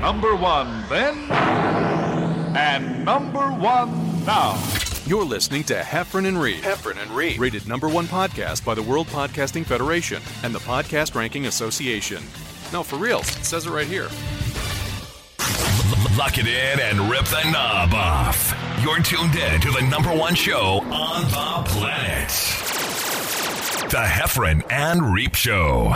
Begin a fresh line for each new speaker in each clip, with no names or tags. Number one then, and number one now.
You're listening to Heffron and Reed. Heffron and Reed. Rated number one podcast by the World Podcasting Federation and the Podcast Ranking Association. No, for real. It says it right here.
Lock it in and rip the knob off. You're tuned in to the number one show on the planet. The Heffron and Reap Show.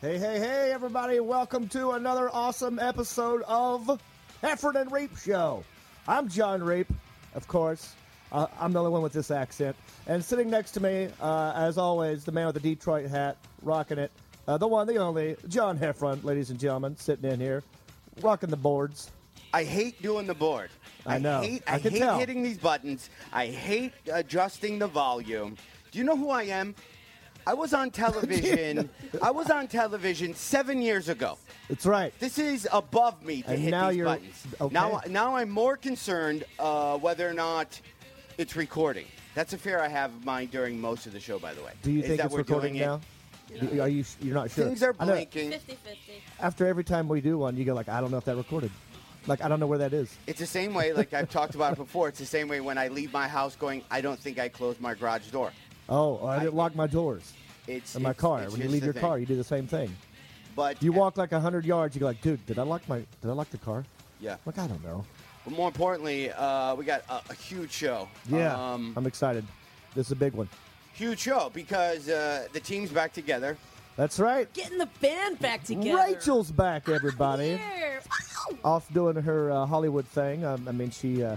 Hey, hey, hey, everybody. Welcome to another awesome episode of Hefford and Reap Show. I'm John Reap, of course. Uh, I'm the only one with this accent. And sitting next to me, uh, as always, the man with the Detroit hat, rocking it, uh, the one, the only, John Heffron, ladies and gentlemen, sitting in here, rocking the boards.
I hate doing the board.
I know.
hate,
I
I
can
hate
tell.
hitting these buttons. I hate adjusting the volume. Do you know who I am? I was on television. I was on television seven years ago.
That's right.
This is above me to
And
hit
now
these
you're-
buttons.
okay.
Now, now I'm more concerned uh, whether or not it's recording. That's a fear I have of mine during most of the show. By the way,
Do you
is
think
that
it's
we're
recording
doing it-
now? Y- Are you? You're not sure.
Things are
I know,
blinking.
50 50.
After every time we do one, you go like, I don't know if that recorded. Like, I don't know where that is.
It's the same way, like I've talked about it before. It's the same way when I leave my house, going, I don't think I closed my garage door.
Oh, or I didn't
I-
lock my doors
It's
in my
it's-
car.
it's
When you
just
leave
the
your
thing.
car, you do the same thing.
But
You walk like hundred yards. You go like, dude, did I lock my? Did I lock the car?
Yeah.
Like I don't know.
But more importantly, uh, we got a, a huge show. Um,
I'm excited. This is a big one.
huge show because uh, the team's back together.
That's right.
Getting the band back together.
Rachel's back, everybody.
Here. Ow.
Off doing her uh, Hollywood thing. Um, I mean, she uh,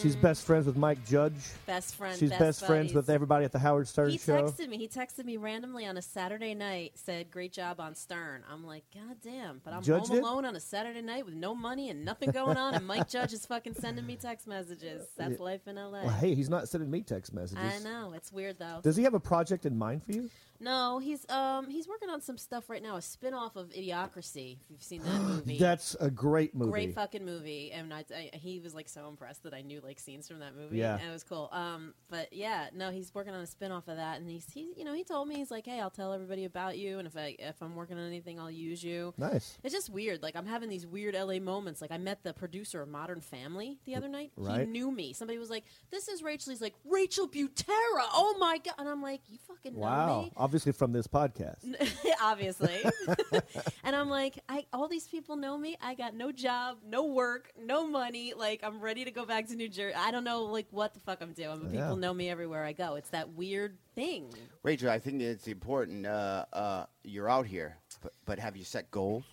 she's best friends with Mike Judge.
Best Mm-hmm. friend.
she's best,
best,
friends
buddies.
with everybody at the Howard Stern
He
show.
texted me. He texted me randomly on a Saturday night. Said, "Great job on Stern." I'm like, "God damn!" But I'm
Judge
home
did?
alone on a Saturday night with no money and nothing going on, and Mike Judge is fucking sending me text messages. That's life in LA.
Well, hey, he's not sending me text messages.
I know it's weird though.
Does he have a project in mind for you?
No, he's um he's working on some stuff right now. A spin off of Idiocracy. If you've seen that movie,
That's a great movie.
great fucking movie and I, I- he was like so impressed that i knew like scenes from that movie
Yeah.
and it was cool um but yeah no he's working on a spin-off of that and he's he you know he told me he's like hey i'll tell everybody about you and if i if i'm working on anything i'll use you
nice.
it's just weird. Like I'm having these weird LA moments. Like I met the producer of Modern Family the other night.
right.
He knew me. Somebody was like, "This is Rachel." He's like, "Rachel Butera." Oh my god! And I'm like, "You fucking know
Wow.
me."
Obviously from this podcast.
obviously. and I'm like, I all these people know me. I got no job, no work, no money. Like I'm ready to go back to New Jersey. I don't know like what the fuck I'm doing, but
Yeah.
people know me everywhere I go. It's that weird thing.
Rachel, I think it's important. Uh, uh, you're out here, but, but have you set goals?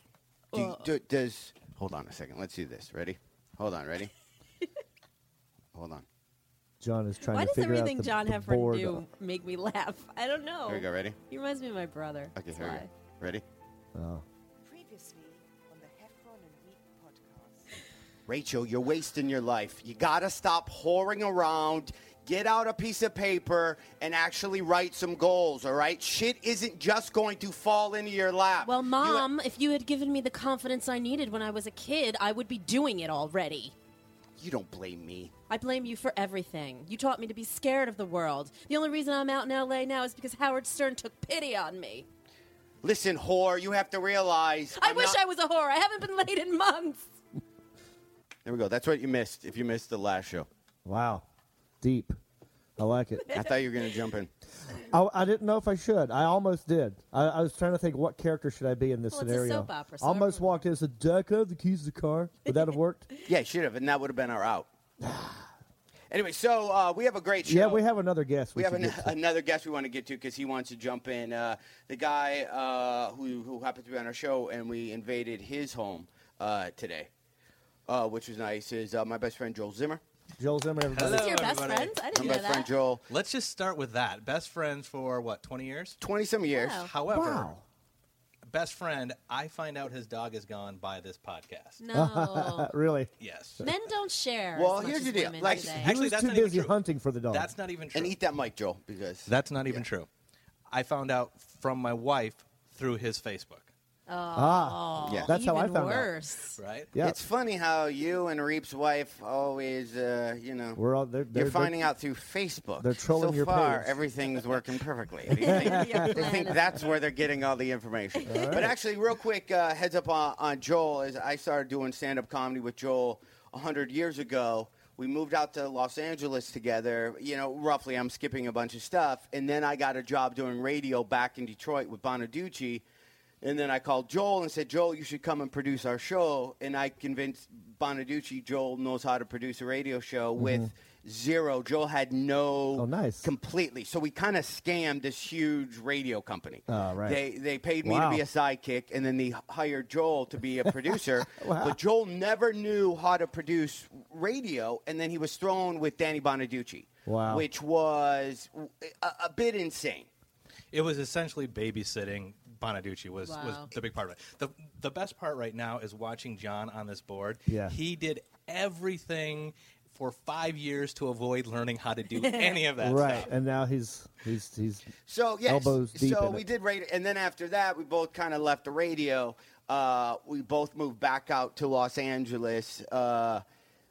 Do you,
Well-
do, does hold on a second? Let's do this. Ready? Hold on. Ready? hold on.
John is trying
Why
to
does
figure out
everything
the,
John
the
Heffern
board.
do make me laugh? I don't know.
Here we go. Ready?
He reminds me of my brother.
Okay.
That's
Here we
why.
go. Ready?
Oh.
Previously on the Heffron and Wheat podcast.
Rachel, you're wasting your life. You gotta stop whoring around. Get out a piece of paper and actually write some goals, all right? Shit isn't just going to fall into your lap.
Well,
You-
mom, if you had given me the confidence I needed when I was a kid, I would be doing it already.
you don't blame me.
I blame you for everything. You taught me to be scared of the world. The only reason I'm out in LA now is because Howard Stern took pity on me.
Listen, whore, you have to realize.
I
I'm
wish
not-
I was a whore. I haven't been late in months.
There we go. That's what you missed if you missed the last show.
Wow. Deep. I like it.
I thought you were going to jump in.
I, I didn't know if I should. I almost did. I, I was trying to think what character should I be in this
Well, it's a
scenario.
soap opera, so
almost
everyone-
walked in and said, "Jack, I have the keys to the car." Would that have worked?
Yeah, should have, and that would have been our out. anyway, so uh, we have a great show.
yeah, we have another guest.
We have
should
an,
get to.
another guest we want to get to because he wants to jump in. Uh, the guy uh, who who happened to be on our show, and we invaded his home uh, today, uh, which was nice. Is uh, my best friend Joel Zimmer.
Joel Zimmer. Everybody.
This is
Hello,
your best
everybody.
friend? I
My
didn't know
best friend
that.
Joel,
Let's just start with that. Best friends for what, 20 years?
twenty some years.
Wow.
However,
Wow.
best friend, I find out his dog is gone by this podcast.
No.
Uh, Really?
Yes.
Men don't share.
Well,
as much
here's
as
the deal.
women
Like-
do they?
He
Actually,
was
that's
too
not even
busy
true.
hunting for the dog.
That's not even true.
And eat that mic, Joel, because
That's not even true. I found out from my wife through his Facebook.
Ah,
Yeah.
that's how I
Even
found out.
worse.
right?
Yeah,
It's funny how you and Reep's wife always, uh, you know,
we're all. They're,
you're
they're-
finding out through Facebook.
they're trolling
so
your
far,
page.
everything's working perfectly. They think,
Your
they
plan
think
is-
that's where they're getting all the information. But actually, real quick, uh, heads up on, on Joel. Is I started doing stand up comedy with Joel hundred years ago. We moved out to Los Angeles together. You know, roughly, I'm skipping a bunch of stuff, and then I got a job doing radio back in Detroit with Bonaducci. And then I called Joel and said, Joel, you should come and produce our show. And I convinced Bonaducci Joel knows how to produce a radio show with zero. Joel had no.
Mm-hmm. Oh, nice.
Completely. So we kind of scammed this huge radio company.
Oh, right.
They, they paid me
Wow.
to be a sidekick, and then they hired Joel to be a producer. But Joel never knew how to produce radio, and then he was thrown with Danny Bonaducci.
Wow.
Which was a, a bit insane.
It was essentially babysitting. Bonaducci was, was
Wow.
the big part of it. The the best part right now is watching John on this board.
Yeah.
He did everything for five years to avoid learning how to do any of that
right,
stuff.
and now he's he's he's
So yes,
Elbows deep
so
in
we
it.
did radio, and then after that, we both kind of left the radio. Uh, we both moved back out to Los Angeles. Uh,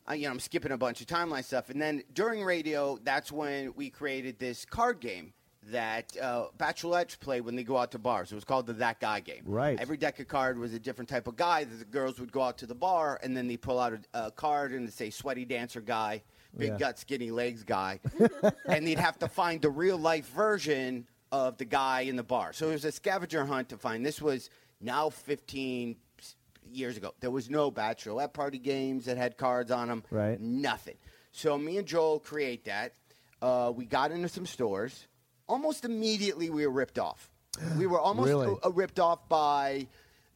I, you know, I'm skipping a bunch of timeline stuff, and then during radio, that's when we created this card game that uh, bachelorettes play when they go out to bars. It was called the That Guy game.
Right.
Every deck of card was a different type of guy that the girls would go out to the bar, and then they pull out a, a card and it'd say sweaty dancer guy, big
Yeah.
gut got skinny legs guy, and they'd have to find the real life version of the guy in the bar. So it was a scavenger hunt to find. This was now 15 years ago. There was no bachelorette party games that had cards on them.
Right.
Nothing. So me and Joel create that. Uh, we got into some stores. Almost immediately, we were ripped off. We were almost
Really?
uh, ripped off by.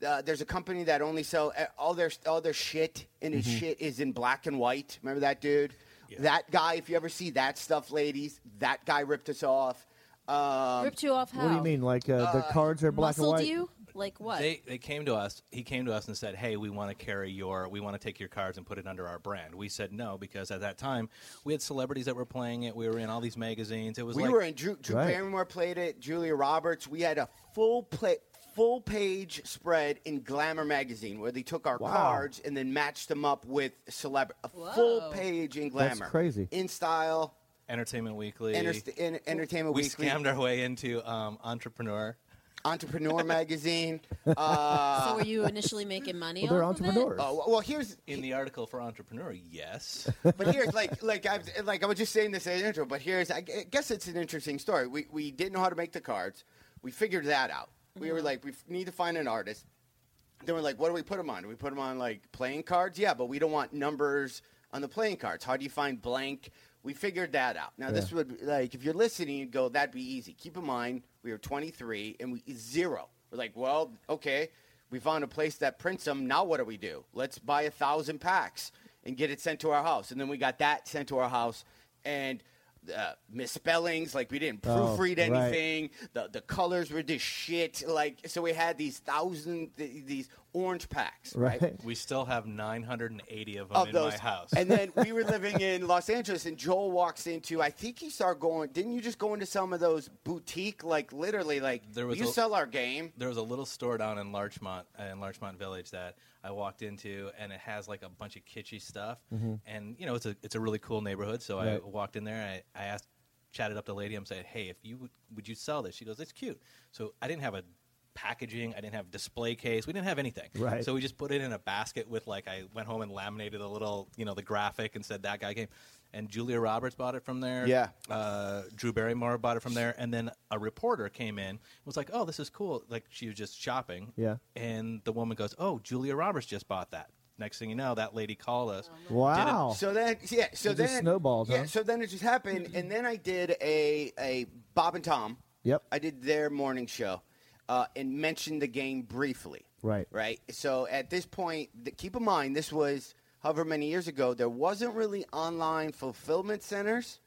Uh, there's a company that only sell uh, all their all their shit, and his
Mm-hmm.
shit is in black and white. Remember that dude? That guy. If you ever see that stuff, ladies, that guy ripped us off. Um,
Ripped you off how?
What do you mean? Like uh, the cards are black and
Muscled
white?
you? Like what?
They they came to us. He came to us and said, "Hey, we want to carry your, we want to take your cards and put it under our brand." We said no because at that time we had celebrities that were playing it. We were in all these magazines. It was
we
like
were in Drew, Drew
Right.
Barrymore played it. Julia Roberts. We had a full play, full page spread in Glamour magazine where they took our cards and then matched them up with celeb. A full
Whoa.
page in Glamour.
That's crazy.
In Style,
Entertainment Weekly.
Enter- in, Entertainment
we
Weekly,
scammed our way into um, Entrepreneur.
Entrepreneur magazine. Uh,
so were you initially making money?
Well, they're
off of it?
entrepreneurs.
oh, well, here's
In the article for Entrepreneur, yes.
but here's like like I've like I was just saying this in the intro, but here's I gu- guess it's an interesting story. We we didn't know how to make the cards. We figured that out. We were like, we f- need to find an artist. Then we're like, what do we put them on? Do we put them on like playing cards? Yeah, but we don't want numbers on the playing cards. How do you find blank? We figured that out. Now this would like if you're listening, you'd go, that'd be easy. Keep in mind, we were 23 and we zero. We're like, well, okay, we found a place that prints them. Now what do we do? Let's buy a thousand packs and get it sent to our house. And then we got that sent to our house and. Uh, misspellings, like we didn't
right.
proofread anything. The the colors were just shit. Like so, we had these thousand th- these orange packs, Oh, right?
right?
We still have 980 of them
Of
in
those,
my house.
and then we were living in Los Angeles, and Joel walks into. I think he started going. Didn't you just go into some of those boutique, like literally, like
There was
you
a-
sell our game?
there was a little store down in Larchmont uh, in Larchmont Village that I walked into, and it has like a bunch of kitschy stuff.
Mm-hmm.
And you know, it's a it's a really cool neighborhood. So I
Right.
walked in there. And I, I asked, chatted up the lady. I'm saying, hey, if you would, would you sell this? She goes, it's cute. So I didn't have a packaging. I didn't have display case. We didn't have anything.
Right.
So we just put it in a basket with like I went home and laminated a little, you know, the graphic and said that guy came. And Julia Roberts bought it from there
Yeah.
uh, Drew Barrymore bought it from there, and then a reporter came in and was like, "Oh, this is cool." Like she was just shopping.
Yeah.
And the woman goes, "Oh, Julia Roberts just bought that." Next thing you know, that lady called us.
Oh,
Wow.
So then, yeah. So
It
then
just snowballed,
Yeah.
huh?
So then it just happened, and then I did a a Bob and Tom.
Yep.
I did their morning show, uh, and mentioned the game briefly.
Right.
Right. So at this point, th- keep in mind this was however many years ago. There wasn't really online fulfillment centers.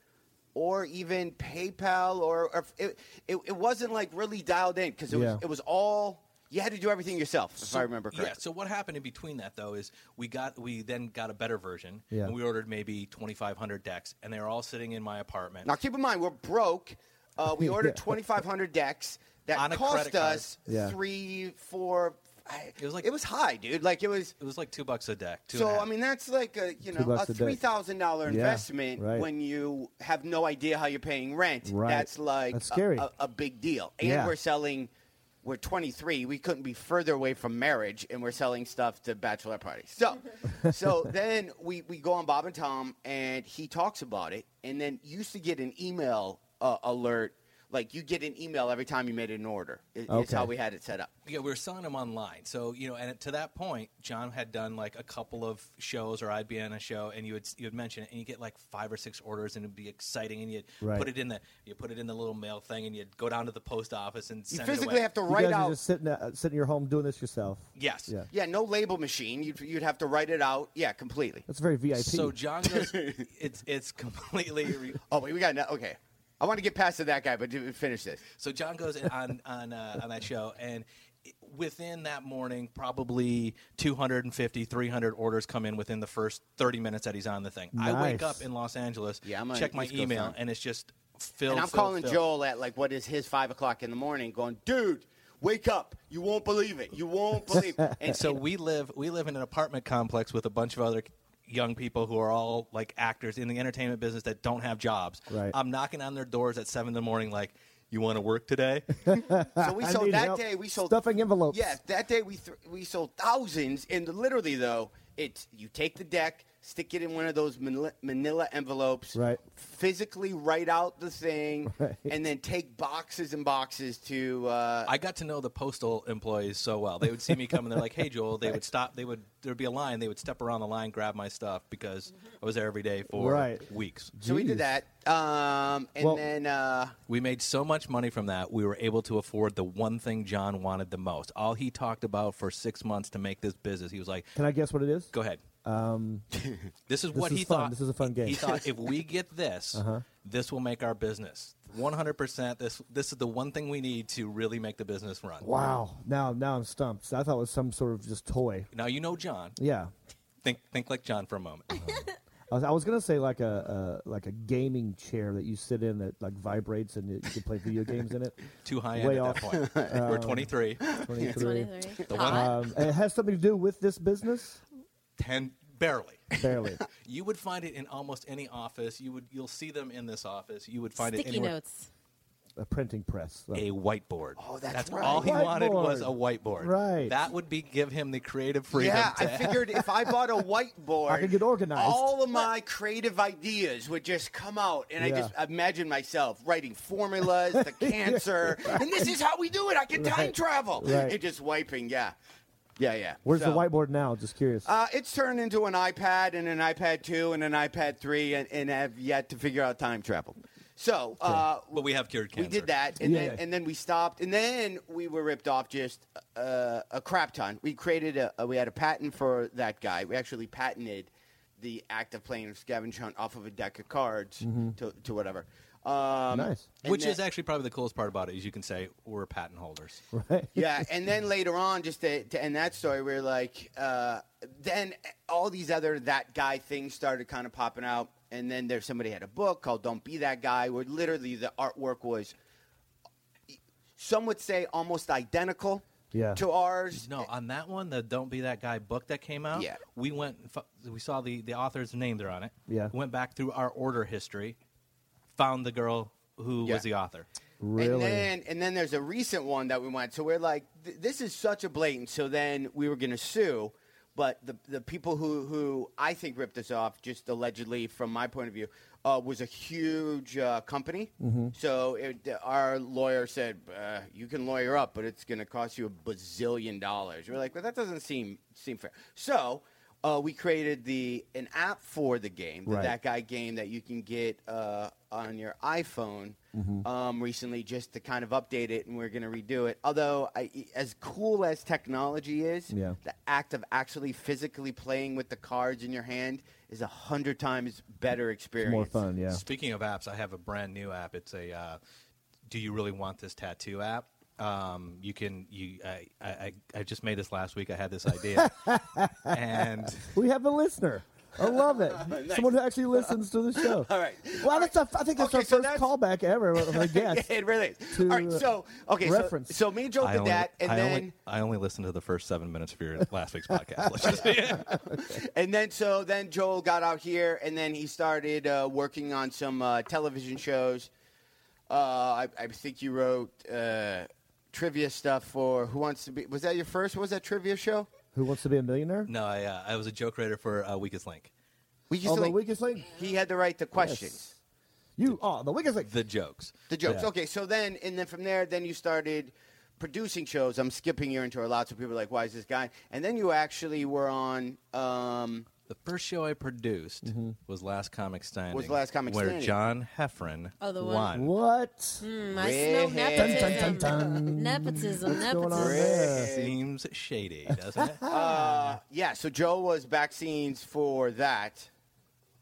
Or even PayPal, or, or f- it, it, it wasn't like really dialed in because it
Yeah.
was it was all you had to do everything yourself, if I remember correctly.
Yeah. So what happened in between that though is we got we then got a better version.
Yeah.
And we ordered maybe twenty five hundred decks, and they were all sitting in my apartment.
Now, keep in mind, we're broke. Uh, we ordered
Yeah.
2,500 decks that
On a
cost
credit card.
us
Yeah.
three, four, I,
It was like-
it was high, dude. Like it was.
It was like two bucks a deck. Two and
So
a half.
I mean, that's like a you know
bucks
a
a day.
three thousand dollar
Yeah,
investment
right.
when you have no idea how you're paying rent.
Right.
That's like
That's
a-
scary.
A, a big deal. And
Yeah.
we're selling. We're 23. We couldn't be further away from marriage, and we're selling stuff to bachelor parties. So, so then we we go on Bob and Tom, and he talks about it, and then you used to get an email uh, alert. Like you get an email every time you made an order. It, It's
Okay.
how we had it set up.
yeah, we were selling them online. So you know, and to that point, John had done like a couple of shows, or I'd be on a show, and you would you would mention it, and you get like five or six orders, and it'd be exciting, and you'd
Right.
put it in the you put it in the little mail thing, and you'd go down to the post office and
You
send it
physically
away.
have to
You
write
guys
out
are just sitting uh, sitting in your home doing this yourself.
Yes.
Yeah.
Yeah, no label machine. You'd, you'd have to write it out. Yeah, completely.
That's very VIP.
So John goes, it's it's completely. Re-
Oh wait, we got no, okay. I want to get past to that guy, but do- finish this.
So John goes in on on uh, on that show, and i- within that morning, probably 250, 300 orders come in within the first thirty minutes that he's on the thing. I wake
Nice.
up in Los Angeles,
Yeah, I'm a
check my
East Coast
email,
fan.
and it's just filled.
and I'm
filled,
calling
filled.
Joel at like what is his five o'clock in the morning, going, dude, wake up! You won't believe it. You won't believe. It.
And so we live we live in an apartment complex with a bunch of other young people who are all like actors in the entertainment business that don't have jobs.
Right.
I'm knocking on their doors at seven in the morning, like, "You want to work today?"
so we
I
sold
need
that
help
day. We sold
stuffing envelopes.
Yeah, that day we th- we sold thousands, and literally though, it's you take the deck, stick it in one of those manila, manila envelopes,
Right.
Physically write out the thing,
Right.
and then take boxes and boxes to. Uh,
I got to know the postal employees so well. They would see me coming. They're like, "Hey, Joel." They would stop. They would there'd be a line. They would step around the line, grab my stuff because I was there every day for
Mm-hmm. Right.
weeks.
so we did that, um, and
Well-
then. Uh,
We made so much money from that. We were able to afford the one thing John wanted the most. All he talked about for six months to make this business. He was like,
Can I guess what it is?
"Go ahead." Um, this is what
is
he
fun.
thought.
This is a fun game. Uh-huh.
He thought if we get this, this will make our business 100. percent This this is the one thing we need to really make the business run.
Wow. Now now I'm stumped. So I thought it was some sort of just toy.
Now you know John.
Yeah.
Think think like John for a moment.
Uh-huh.
I was, I was gonna say like a, a like a gaming chair that you sit in that like vibrates and you, you can play video games in it.
too high end
Way
at
off.
that point. We're
Um,
23.
23.
23.
The one-
Hot.
Um, and it has something to do with this business,
10 barely.
barely.
You would find it in almost any office. You would you'll see them in this office. You would find it
Sticky
anywhere.
notes.
a printing press. Like,
A whiteboard.
Oh, that's right.
all he wanted was a
Whiteboard.
whiteboard.
Right.
That would be give him the creative freedom.
Yeah, I
to-
figured if I bought a whiteboard,
I could get organized.
All of my creative ideas would just come out, and I
Yeah.
just imagine myself writing formulas, the cancer, and this is how we do it. I can time
Right.
travel,
Right.
and just wiping. Yeah, yeah, yeah.
Where's the
So,
whiteboard now? Just curious.
Uh, it's turned into an iPad and an iPad two and an iPad three, and, and I've yet to figure out time travel. So, uh,
but we have cured cancer.
we did that, and
Yeah.
then and then we stopped, and then we were ripped off just uh, a crap ton. We created a, a we had a patent for that guy. We actually patented the act of playing scavenge hunt off of a deck of cards to to whatever. Um,
Mm-hmm. Nice.
and
Which
then-
is actually probably the coolest part about it is you can say we're patent holders.
right?
yeah, and then later on, just to, to end that story, we are like, uh, then all these other that guy things started kind of popping out, and then there's somebody had a book called "Don't Be That Guy," where literally the artwork was, some would say, almost identical
Yeah.
to ours.
No, on that one, the "Don't Be That Guy" book that came out,
Yeah.
we went, and fu- we saw the the author's name there on it.
Yeah.
went back through our order history, found the girl who
Yeah.
was the author.
Really?
And then, and then there's a recent one that we went. So we're like, th- this is such a blatant. So then we were going to sue, but the the people who who I think ripped us off, just allegedly from my point of view, uh, was a huge uh, company.
Mm-hmm.
So it, our lawyer said, uh, you can lawyer up, but it's going to cost you a bazillion dollars. We're like, well, that doesn't seem seem fair. So. Uh, we created the an app for the game, the
Right.
That Guy game, that you can get uh, on your iPhone
Mm-hmm.
um, recently, just to kind of update it, and we're going to redo it. Although, I, e, as cool as technology is,
Yeah.
the act of actually physically playing with the cards in your hand is a hundred times better experience.
More fun, yeah.
Speaking of apps, I have a brand new app. It's a uh, "Do you really want this tattoo?" app. Um, you can you I, I I- I just made this last week. I had this idea, and
We have a listener. I love it. Someone who actually listens to the show.
All right.
Well, that's a, I think that's
Okay,
our
so
first
that's-
callback ever of a guest.
it really is.
To,
All right, so okay, so,
reference.
so me and Joe
I
did
only,
that, and
I,
then
only, I only listened to the first seven minutes for your last week's podcast. Let's just-
and then so then Joel got out here, and then he started uh, working on some uh, television shows. Uh, I, I think you wrote uh, trivia stuff for Who Wants to Be. Was that your first? What was that trivia show?
Who wants to be a millionaire?
no, I, uh, I was a joke writer for uh, Weakest Link.
We used
Oh,
to
the
like,
weakest link.
he had to write the questions.
Yes. You are the weakest link.
The jokes.
The jokes.
Yeah.
Okay, so then and then from there, then you started producing shows. I'm skipping your intro a lot, so people are like, "Why is this guy?" And then you actually were on. Um,
The first show I produced
Mm-hmm.
was Last Comic Standing.
Was Last Comic
where
Standing.
John Heffron
Oh, the one-
won.
What?
Mm, I smell
Red.
nepotism.
Dun, dun, dun, dun.
Nepotism.
going on
Nepotism.
there?
Seems shady, doesn't it?
uh, yeah, so Joe was vaccines for that,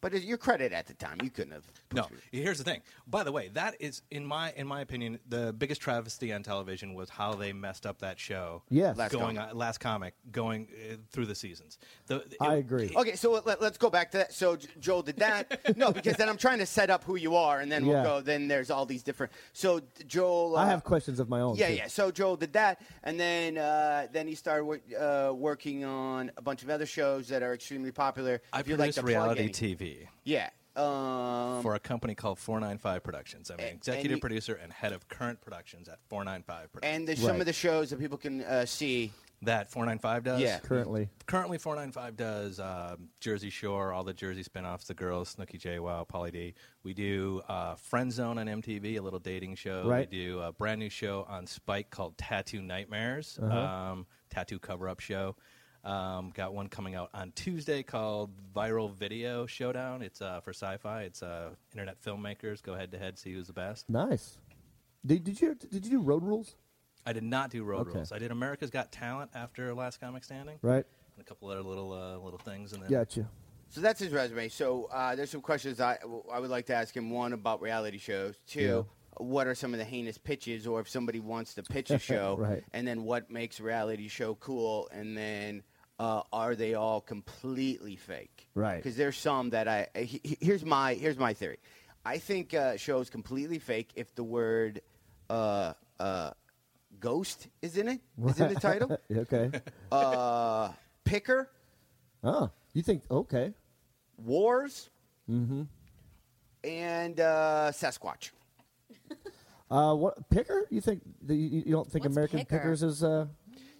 but it- your credit at the time, you couldn't have.
No, here's the thing. By the way, that is in my in my opinion the biggest travesty on television was how they messed up that show.
Yes.
Last
going
Comic.
on- last comic going uh, through the seasons. The, it-
I agree.
Okay, so let, us go back to that. So J- Joel did that. no, because then I'm trying to set up who you are, and then
Yeah.
we'll go. Then there's all these different. So Joel, uh,
I have questions of my own.
Yeah,
too.
yeah. So Joel did that, and then uh, then he started wor- uh, working on a bunch of other shows that are extremely popular.
I
If you'd like
produced
to plug
reality
any-
TV
Yeah. Um,
for a company called 495 Productions. I'm an
and
executive
you-
producer and head of current productions at 495 Productions.
and there's some
Right.
of the shows that people can uh, see.
that 495 does?
Yeah.
Currently,
Currently, 495 does um, Jersey Shore, all the Jersey spinoffs, The Girls, Snooki J. Wow, Polly D. We do uh, Friend Zone on MTV, a little dating show.
Right.
We do a brand new show on Spike called Tattoo Nightmares,
Uh-huh.
um, tattoo cover up show. Um, got one coming out on Tuesday called Viral Video Showdown. It's uh, for sci fi, it's uh, internet filmmakers. Go head to head, see who's the best.
nice. Did, did you did you do road rules?
I did not do Road
Okay.
Rules. I did America's Got Talent after Last Comic Standing.
Right.
And a couple other little uh, little things, and then
Gotcha.
So that's his resume. So uh, there's some questions I, I would like to ask him. One about reality shows. Two, what are some of the heinous pitches, or if somebody wants to pitch a show,
Right.
and then what makes a reality show cool, and then uh, are they all completely fake?
Right.
Because there's some that I I- he- he- here's my here's my theory. I think uh, shows completely fake if the word uh, uh, ghost is in it. Is in the title.
okay.
Uh, picker
Oh, you think okay?
wars, mm-hmm. and uh, Sasquatch.
Uh, what picker? You think that you, you don't think
What's
American
picker?
pickers is uh?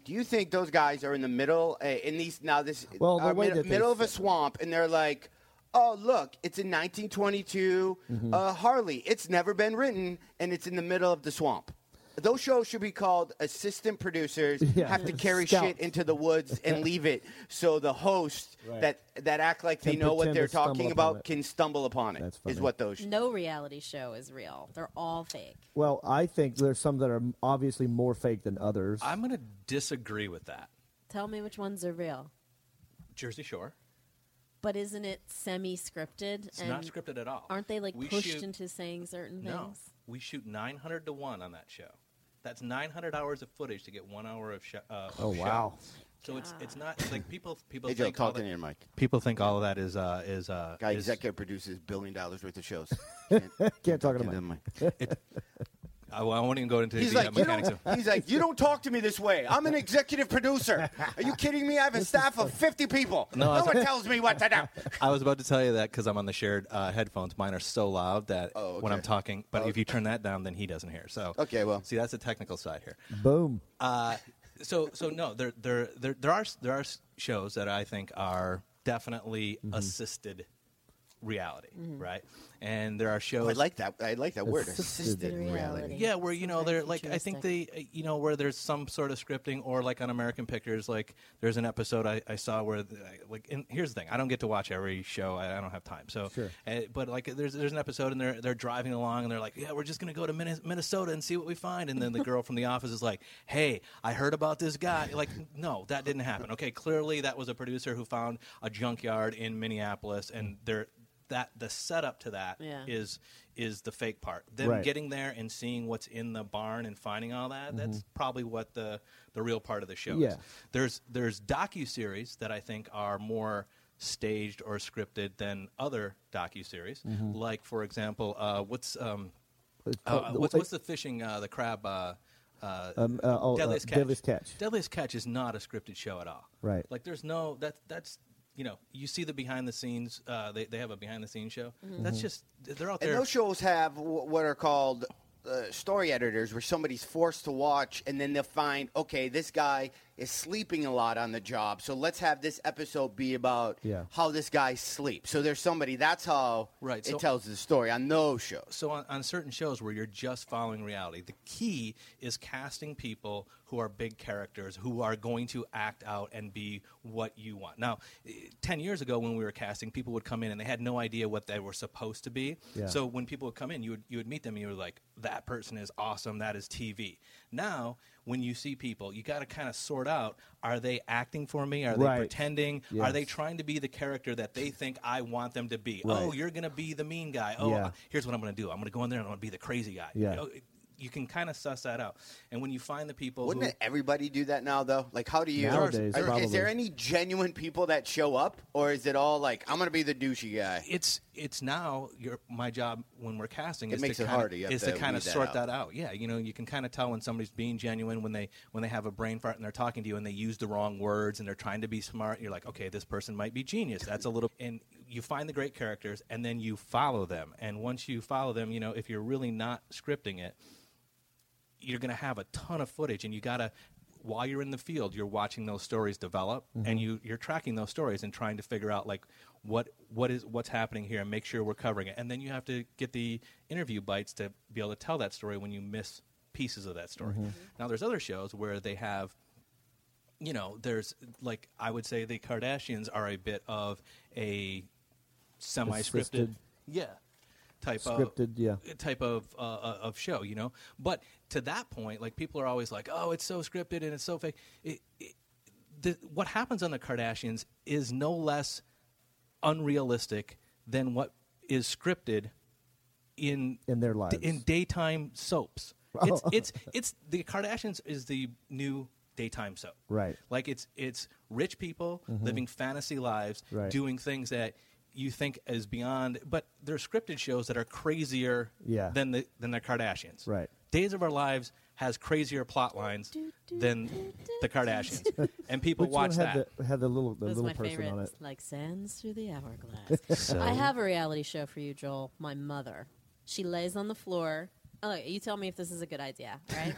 Do you think those guys are in the middle uh, in these now this
Well, the
uh,
way
mid-
that they
middle of a
fit.
swamp and they're like, oh look, it's a 1922
Mm-hmm.
uh, Harley. It's never been written and it's in the middle of the swamp. Those shows should be called assistant producers
Yeah.
have to carry
Scouts.
shit into the woods and leave it so the hosts
Right.
that that act like they
Can
know what
pretend
they're
to stumble
talking
upon
about
it.
can stumble upon it.
That's
Is
funny.
what those
No reality show is real. They're all fake.
Well, I think there's some that are obviously more fake than others.
I'm going to disagree with that.
Tell me which ones are real.
Jersey Shore.
But isn't it semi-scripted?
It's not scripted at all.
Aren't they like
We
pushed
shoot-
into saying certain
No,
things?
we shoot 900 to one on that show. That's 900 hours of footage to get one hour of show. Uh,
Oh,
of show.
wow.
So it's it's not like people people
Hey, Joe,
think all
talk to
that,
your mic.
people think all of that is uh, is uh,
Guy
is-
executive produces billion dollars worth of shows. Can't,
Can't talk to
to
the
them.
I, I won't even go into
He's
the uh,
like, you
mechanics.
don't,
of,
he's like, you don't talk to me this way. I'm an executive producer. Are you kidding me? I have a staff of 50 people. No,
I-
one tells me what to do.
I was about to tell you that because I'm on the shared uh, headphones. Mine are so loud that
Oh,
when I'm
okay.
talking, but if you turn that down, then he doesn't hear. So
Okay, well.
see that's the technical side here.
Boom.
Uh, so so no, there there there there are there are shows that I think are definitely
Mm-hmm.
assisted reality, right? And there are shows
Oh, I like that. I like that word.
Assisted
Assisted
reality.
reality.
yeah, where you know
very
they're like I think they
futuristic.
uh, you know where there's some sort of scripting or like on American Pictures like there's an episode I, I saw where th- I- like and here's the thing I don't get to watch every show I, I don't have time so
Sure.
uh, but like there's there's an episode and they're they're driving along and they're like yeah we're just gonna go to Minnes- Minnesota and see what we find and then the girl from the office is like hey I heard about this guy like no that didn't happen okay clearly that was a producer who found a junkyard in Minneapolis and they're that the setup to that is
Yeah.
is the fake part. Them
Right.
getting there and seeing what's in the barn and finding all that that's probably what the the real part of the show
Mm-hmm. Yeah.
is there's there's docu series that i think are more staged or scripted than other docuseries.
Mm-hmm.
Like, for example, uh, what's um, uh, what's, what's the fishing uh, the crab uh, uh,
Oh, Um, uh, oh, uh,
Deadliest Catch.
Deadliest Catch.
Deadliest Catch is not a scripted show at all.
Right.
Like there's no that that's you know you see the behind the scenes. Uh, they they have a behind the scenes show.
Mm-hmm.
That's just they're out
And
there.
those shows have wh- what are called uh, story editors, where somebody's forced to watch, and then they'll find, okay, this guy is sleeping a lot on the job, so let's have this episode be about
Yeah.
how this guy sleeps. So there's somebody. That's how
Right,
it
so-
tells the story on those shows.
so on, on certain shows where you're just following reality, the key is casting people who are big characters who are going to act out and be what you want. Now, eh, 10 years ago when we were casting, people would come in and they had no idea what they were supposed to be.
Yeah.
So when people would come in, you would, you would meet them and you were like, that person is awesome, that is TV. Now, when you see people, you got to kind of sort out are they acting for me? Are
Right.
they pretending?
Yes.
Are they trying to be the character that they think I want them to be? Oh,
Right.
you're going to be the mean guy. Oh,
Yeah.
here's what I'm going to do. I'm going to go in there and I'm going to be the crazy guy.
Yeah.
You, know, it- you can kind of suss that out. And when you find the people
Wouldn't
who,
it everybody do that now, though? Like, how do you?
Nowadays,
are-
probably.
is there any genuine people that show up, or is it all like, I'm going to be the douchey guy?
it's it's now your my job when we're casting
It
is
makes
to
it
kinda,
harder. You have
is
to
to kind
weed
of
that
sort
out.
that out. Yeah, you know, you can kind of tell when somebody's being genuine when they when they have a brain fart and they're talking to you and they use the wrong words and they're trying to be smart. You're like, okay, this person might be genius. That's a little and you find the great characters and then you follow them. And once you follow them, you know, if you're really not scripting it, you're going to have a ton of footage and you got to while you're in the field you're watching those stories develop and you you're tracking those stories and trying to figure out like what what is what's happening here and make sure we're covering it and then you have to get the interview bites to be able to tell that story when you miss pieces of that story now there's other shows where they have you know there's like i would say the kardashians are a bit of a semi-scripted
Assisted.
yeah type
Scripted,
of
yeah.
type of uh, uh, of show, you know. But to that point, like people are always like, "Oh, it's so scripted and it's so fake." It, it, the, what happens on the Kardashians is no less unrealistic than what is scripted in
In their lives.
in daytime soaps. It's it's it's the Kardashians is the new daytime soap.
Right.
Like it's it's rich people living fantasy lives
Mm-hmm. Right.
doing things that you think is beyond but they're scripted shows that are crazier
Yeah.
than the than the Kardashians.
Right.
Days of Our Lives has crazier plot lines than the Kardashians. and people
Which
watch
one had
that.
The, had the little the
That's
little
my
person
favorite.
on it.
It's Like sands through the hourglass. I have a reality show for you, Joel. My mother. She lays on the floor. Oh, you tell me if this is a good idea, right?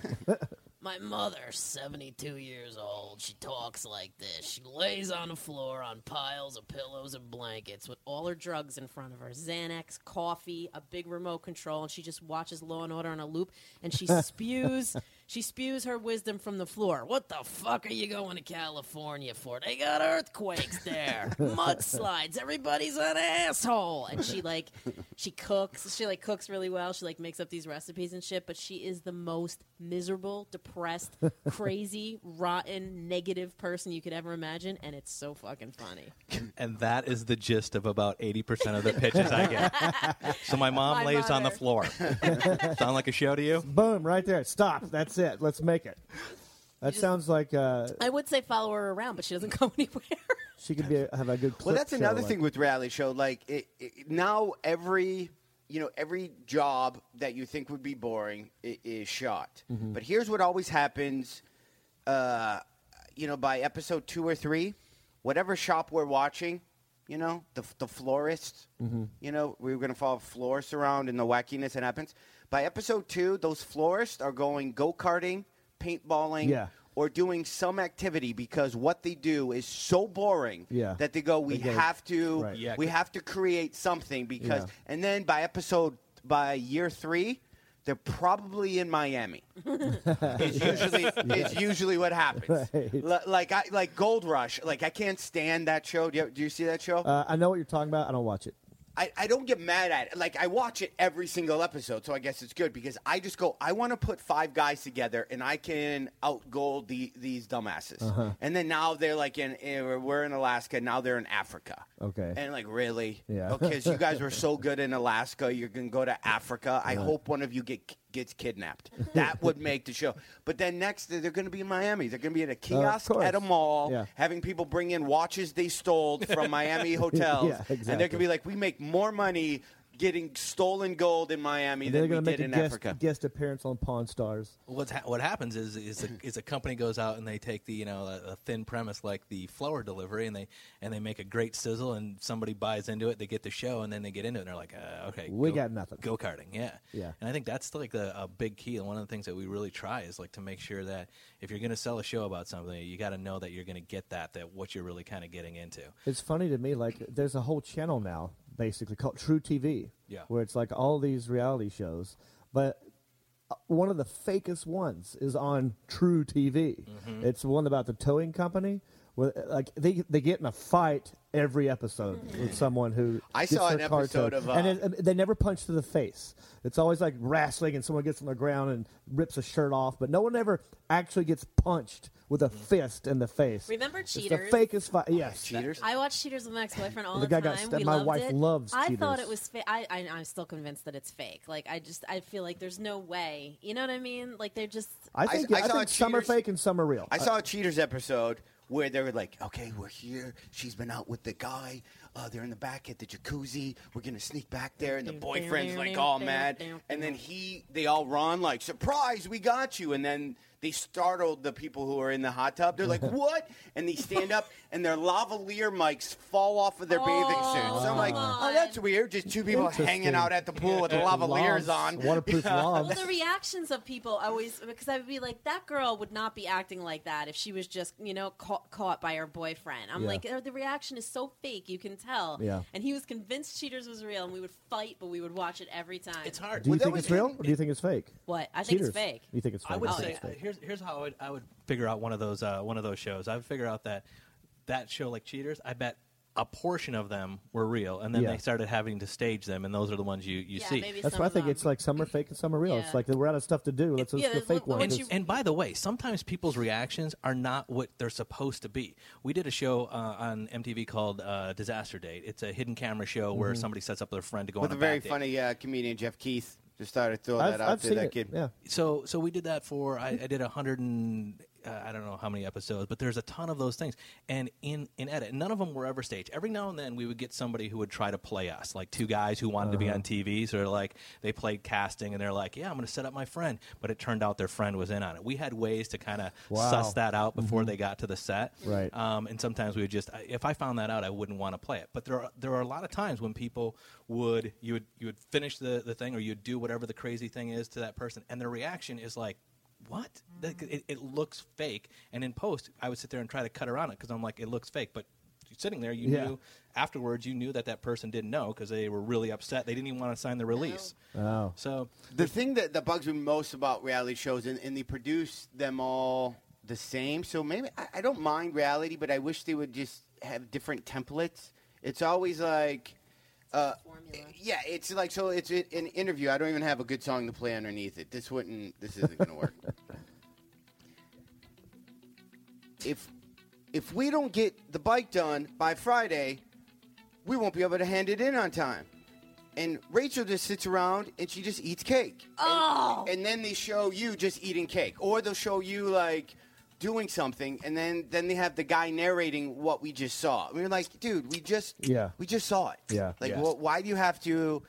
My mother, 72 years old, she talks like this. She lays on the floor on piles of pillows and blankets with all her drugs in front of her Xanax, coffee, a big remote control, and she just watches Law and Order on a loop and she spews. She spews her wisdom from the floor. What the fuck are you going to California for? They got earthquakes there, mudslides. Everybody's an asshole. And she like, she cooks. She like cooks really well. She like makes up these recipes and shit. But she is the most miserable, depressed, crazy, rotten, negative person you could ever imagine. And it's so fucking funny.
And that is the gist of about 80% of the pitches I get. so my mom
My
lays on the
mother.
floor. Sound like a show to you?
Boom! Right there. Stop. That's it. Let's make it. That sounds like uh,
I would say follow her around, but she doesn't go anywhere.
she could be a, have a good.
Well,
clip
that's
show,
another
like-
thing with reality show. Like it, it, now, every you know every job that you think would be boring i- is shot.
Mm-hmm.
But here's what always happens. Uh, you know, by episode two or three, whatever shop we're watching, you know, the the florist.
Mm-hmm.
You know, we were going to follow florists around and the wackiness that happens. By episode two, those florists are going go karting, paintballing,
Yeah.
or doing some activity because what they do is so boring
Yeah.
that they go, we
They go-
have to,
right.
Yeah.
we have to create something because,
Yeah.
and then by episode, by year three, they're probably in Miami. it's usually it's usually what happens. L- like I like Gold Rush. Like I can't stand that show. Do you, do you see that show?
Uh, I know what you're talking about. I don't watch it.
I, I don't get mad at it. Like I watch it every single episode, so I guess it's good because I just go, I want to put five guys together and I can outgoal the these dumbasses.
Uh-huh.
And then now they're like in, in we're in Alaska, now they're in Africa.
Okay.
And like really?
Yeah.
Okay, so you guys were so good in Alaska, you're gonna go to Africa. I hope one of you get k- gets kidnapped. That would make the show. But then next, they're going to be in Miami. They're going to be at a kiosk
course.
at a mall,
Yeah.
having people bring in watches they stole from Miami hotels,
Yeah,
and they're going to
exactly.
be like, "We make more money." Getting stolen gold in Miami
They're
than we
going to make
did
a
in
guest,
Africa.
guest appearance on Pawn Stars.
What's ha- what happens is is a, is a company goes out and they take the you know a, a thin premise like the flour delivery and they and they make a great sizzle and somebody buys into it they get the show and then they get into it and they're like uh, okay
We got nothing.
go karting yeah
Yeah.
and I think that's like a, a big key and one of the things that we really try is like to make sure that if you're going to sell a show about something you got to know that you're going to get that that what you're really kind of getting into
It's funny to me, like there's a whole channel now, basically called True TV,
Yeah.
where it's like all these reality shows, but uh, one of the fakest ones is on True TV.
Mm-hmm.
It's one about the towing company. Where, uh, like they they get in a fight every episode with someone who
Mm-hmm. I
gets
saw
their
an
car
episode
towed.
of, uh,
and it, uh, they never punch to the face. It's always like wrestling, and someone gets on the ground and rips a shirt off, but no one ever actually gets punched with a
Mm-hmm.
fist in the face.
Remember Cheaters?
It's the fakest fight. Yes,
Cheaters.
I watched Cheaters with my ex-boyfriend all
The
the,
guy got
time.
stabbed.
we
My
loved
wife
it.
loves
I thought
Cheaters.
it was fake. I, I, I'm still convinced that it's fake. Like I just, I feel like there's no way. You know what I mean? Like they're just.
I
I-
think,
I
I
saw
think some are
cheaters-
fake and some are real.
I saw a Cheaters episode where they were like, okay, we're here. She's been out with the guy. Uh, they're in the back at the jacuzzi. We're going to sneak back there. And the boyfriend's like all mad. And then he, they all run like, surprise, we got you. And then they startled the people who are in the hot tub. They're like, what? And they stand up and their lavalier mics fall off of their bathing suits. So I'm like, oh, that's weird. Just two people hanging
Interesting.
out at the pool with the
Lobs,
lavaliers on.
Waterproof
Well,
lobs.
the reactions of people always because I would be like, that girl would not be acting like that if she was just you know caught, caught by her boyfriend. I'm
Yeah.
like, "Oh, the reaction is so fake, you can tell.
Yeah.
And he was convinced Cheaters was real, and we would fight, but we would watch it every time.
it's hard
Do you
Well, that
think
was-
it's real or do you think it's fake?
What I
Cheaters.
think it's fake.
You think it's fake?
I would
Oh,
say uh,
think it's fake.
here's here's how I would, I would figure out one of those uh, one of those shows. I would figure out that that show like Cheaters. I bet a portion of them were real, and then
Yeah.
they started having to stage them, and those are the ones you you
yeah,
see.
maybe
That's
some
why I
of
think
them.
it's like some are fake and some are real. It's
Yeah.
like we're out of stuff to do. Let's
It-
let's
yeah,
do the fake
look, when
one.
she-
Just-
and by the way, sometimes people's reactions are not what they're supposed to be. We did a show uh, on MTV called uh, Disaster Date. It's a hidden camera show where somebody sets up their friend to go
Mm-hmm. With
on
a
a
very
back date.
funny uh, comedian, Jeff Keith, just started throwing
I've,
that out
I've
to
seen
that
it.
kid.
Yeah.
so so we did that for I, I did a hundred and uh, I don't know how many episodes, but there's a ton of those things. And in in edit, none of them were ever staged. Every now and then we would get somebody who would try to play us, like two guys who wanted to
Uh-huh.
be on TV. So they're like they played casting, and they're like, "Yeah, I'm going to set up my friend," but it turned out their friend was in on it. We had ways to kind of
Wow. Mm-hmm.
suss that out before they got to the set,
Right.
Um, and sometimes we would just, I- if I found that out, I wouldn't want to play it. But there are there are a lot of times when people would you would you would finish the the thing or you'd do whatever the crazy thing is to that person, and their reaction is like. What? That- It, it looks fake. And in post, I would sit there and try to cut around it because I'm like, it looks fake. But sitting there, you
Yeah.
knew afterwards, you knew that that person didn't know because they were really upset. They didn't even want to sign the release.
Oh.
So
The thing that, that bugs me most about reality shows, and, and they produce them all the same. So maybe I, I don't mind reality, but I wish they would just have different templates. It's always like, uh,
Formula.
yeah, it's like so. It's an an interview. I don't even have a good song to play underneath it. This wouldn't. This isn't going to work. if if we don't get the bike done by Friday, we won't be able to hand it in on time. And Rachel just sits around and she just eats cake. Oh. And, then they show you just eating cake, or they'll show you like doing something, and then then they have the guy narrating what we just saw. And we're like, dude, we just
Yeah.
we just saw it.
Yeah.
like
Yeah.
wh- why do you have to?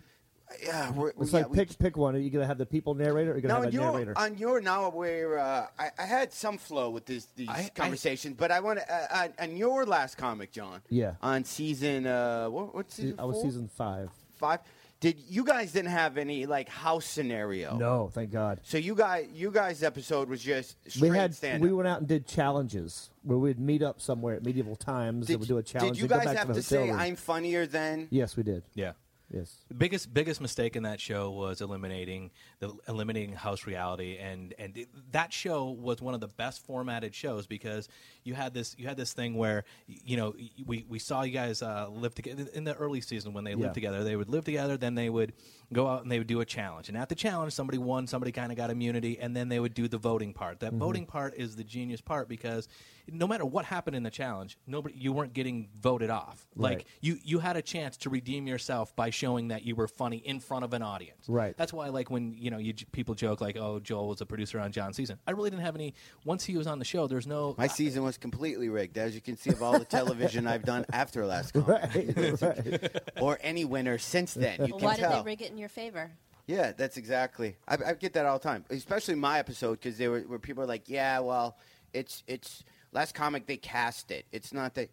Yeah, we're,
It's
yeah,
like
we-
pick pick one. Are you gonna have the people narrator or are you gonna
now,
have
on
a
your,
narrator?
On your now, where uh, I, I had some flow with this, these
I- I-
conversations, but I want to uh, on, on your last comic, John.
Yeah.
On season, uh, what, what season?
I was
four?
season five.
five. Did you guys didn't have any like house scenario?
No, thank God.
So you guys, you guys' episode was just
We
straight
had
stand.
we went out and did challenges where we'd meet up somewhere at medieval times
did,
and we'd do a challenge.
Did you
and go
guys
back
have
to,
to,
the hotel
say
room.
I'm funnier than?
Yes, we did.
yeah.
Yes.
The biggest biggest mistake in that show was eliminating the eliminating house reality and and it- that show was one of the best formatted shows because you had this you had this thing where y- you know y- we, we saw you guys uh, live together in the early season when they
Yeah.
lived together they would live together then they would go out and they would do a challenge and at the challenge somebody won somebody kind of got immunity and then they would do the voting part that voting part is the genius part because no matter what happened in the challenge, nobody you weren't getting voted off.
Right.
Like you you had a chance to redeem yourself by showing that you were funny in front of an audience.
Right.
That's why like when you know you j- people joke like oh Joel was a producer on John's season. I really didn't have any once he was on the show. There's no
My season was completely rigged, as you can see of all the television I've done after last comment,
Right, right.
or any winner since then. You
Well,
can
why did
tell.
they rig it in your favor?
Yeah, that's exactly. I, I get that all the time, especially my episode because they were where people are like, "Yeah, well, it's it's last comic they cast it. It's not that."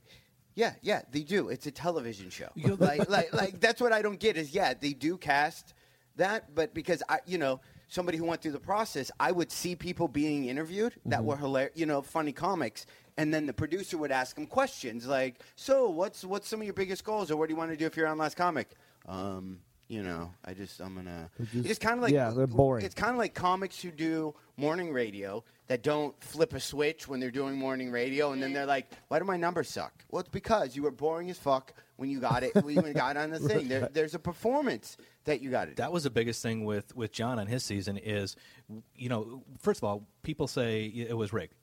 Yeah, yeah, they do. It's a television show.
You-
like, like, like that's what I don't get is yeah, they do cast that, but because I, you know, somebody who went through the process, I would see people being interviewed that were hilarious, you know, funny comics, and then the producer would ask them questions like, "So, what's what's some of your biggest goals, or what do you want to do if you're on Last Comic?" Um, you know, I just I'm gonna.
just-
it's kind of like
yeah, they're boring.
It's kind of like comics who do morning radio that don't flip a switch when they're doing morning radio, and then they're like, "Why do my numbers suck?" Well, it's because you were boring as fuck when you got it. when you got on the thing. There, there's a performance that you got to do.
that was the biggest thing with with John on his season is, you know, first of all, people say it was rigged.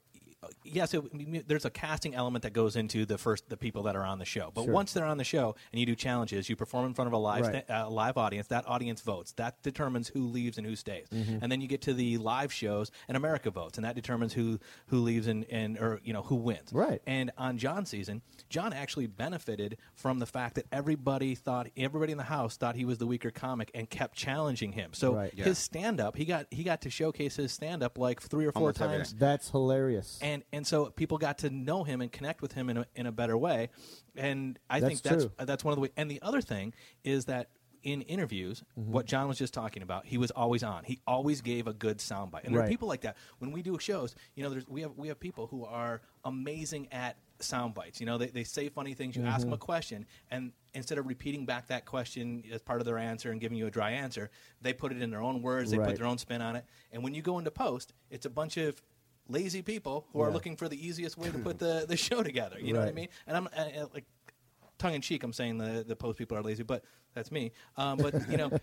Yes, it, there's a casting element that goes into the first the people that are on the show. But once they're on the show and you do challenges, you perform in front of a live
Right.
sta- uh, live audience. That audience votes. That determines who leaves and who stays.
Mm-hmm.
And then you get to the live shows and America votes, and that determines who who leaves and and or you know who wins.
Right.
And on John's season, John actually benefited from the fact that everybody thought everybody in the house thought he was the weaker comic and kept challenging him. So
Right. Yeah.
his stand up, he got he got to showcase his stand up like three or four
Almost every
times
That's hilarious.
and and so people got to know him and connect with him in a, in a better way and i
That's
think that's
true.
that's one of the way and the other thing is that in interviews
Mm-hmm.
what john was just talking about he was always on he always gave a good soundbite and there
Right.
are people like that when we do shows you know there's we have we have people who are amazing at sound bites you know they, they say funny things you ask
Mm-hmm.
them a question and instead of repeating back that question as part of their answer and giving you a dry answer they put it in their own words they
Right.
put their own spin on it and when you go into post it's a bunch of lazy people who are
Yeah.
looking for the easiest way to put the, the show together. You know what I
Right.
mean? And I'm uh, uh, like tongue in cheek. I'm saying the the post people are lazy, but that's me. Um, but you know,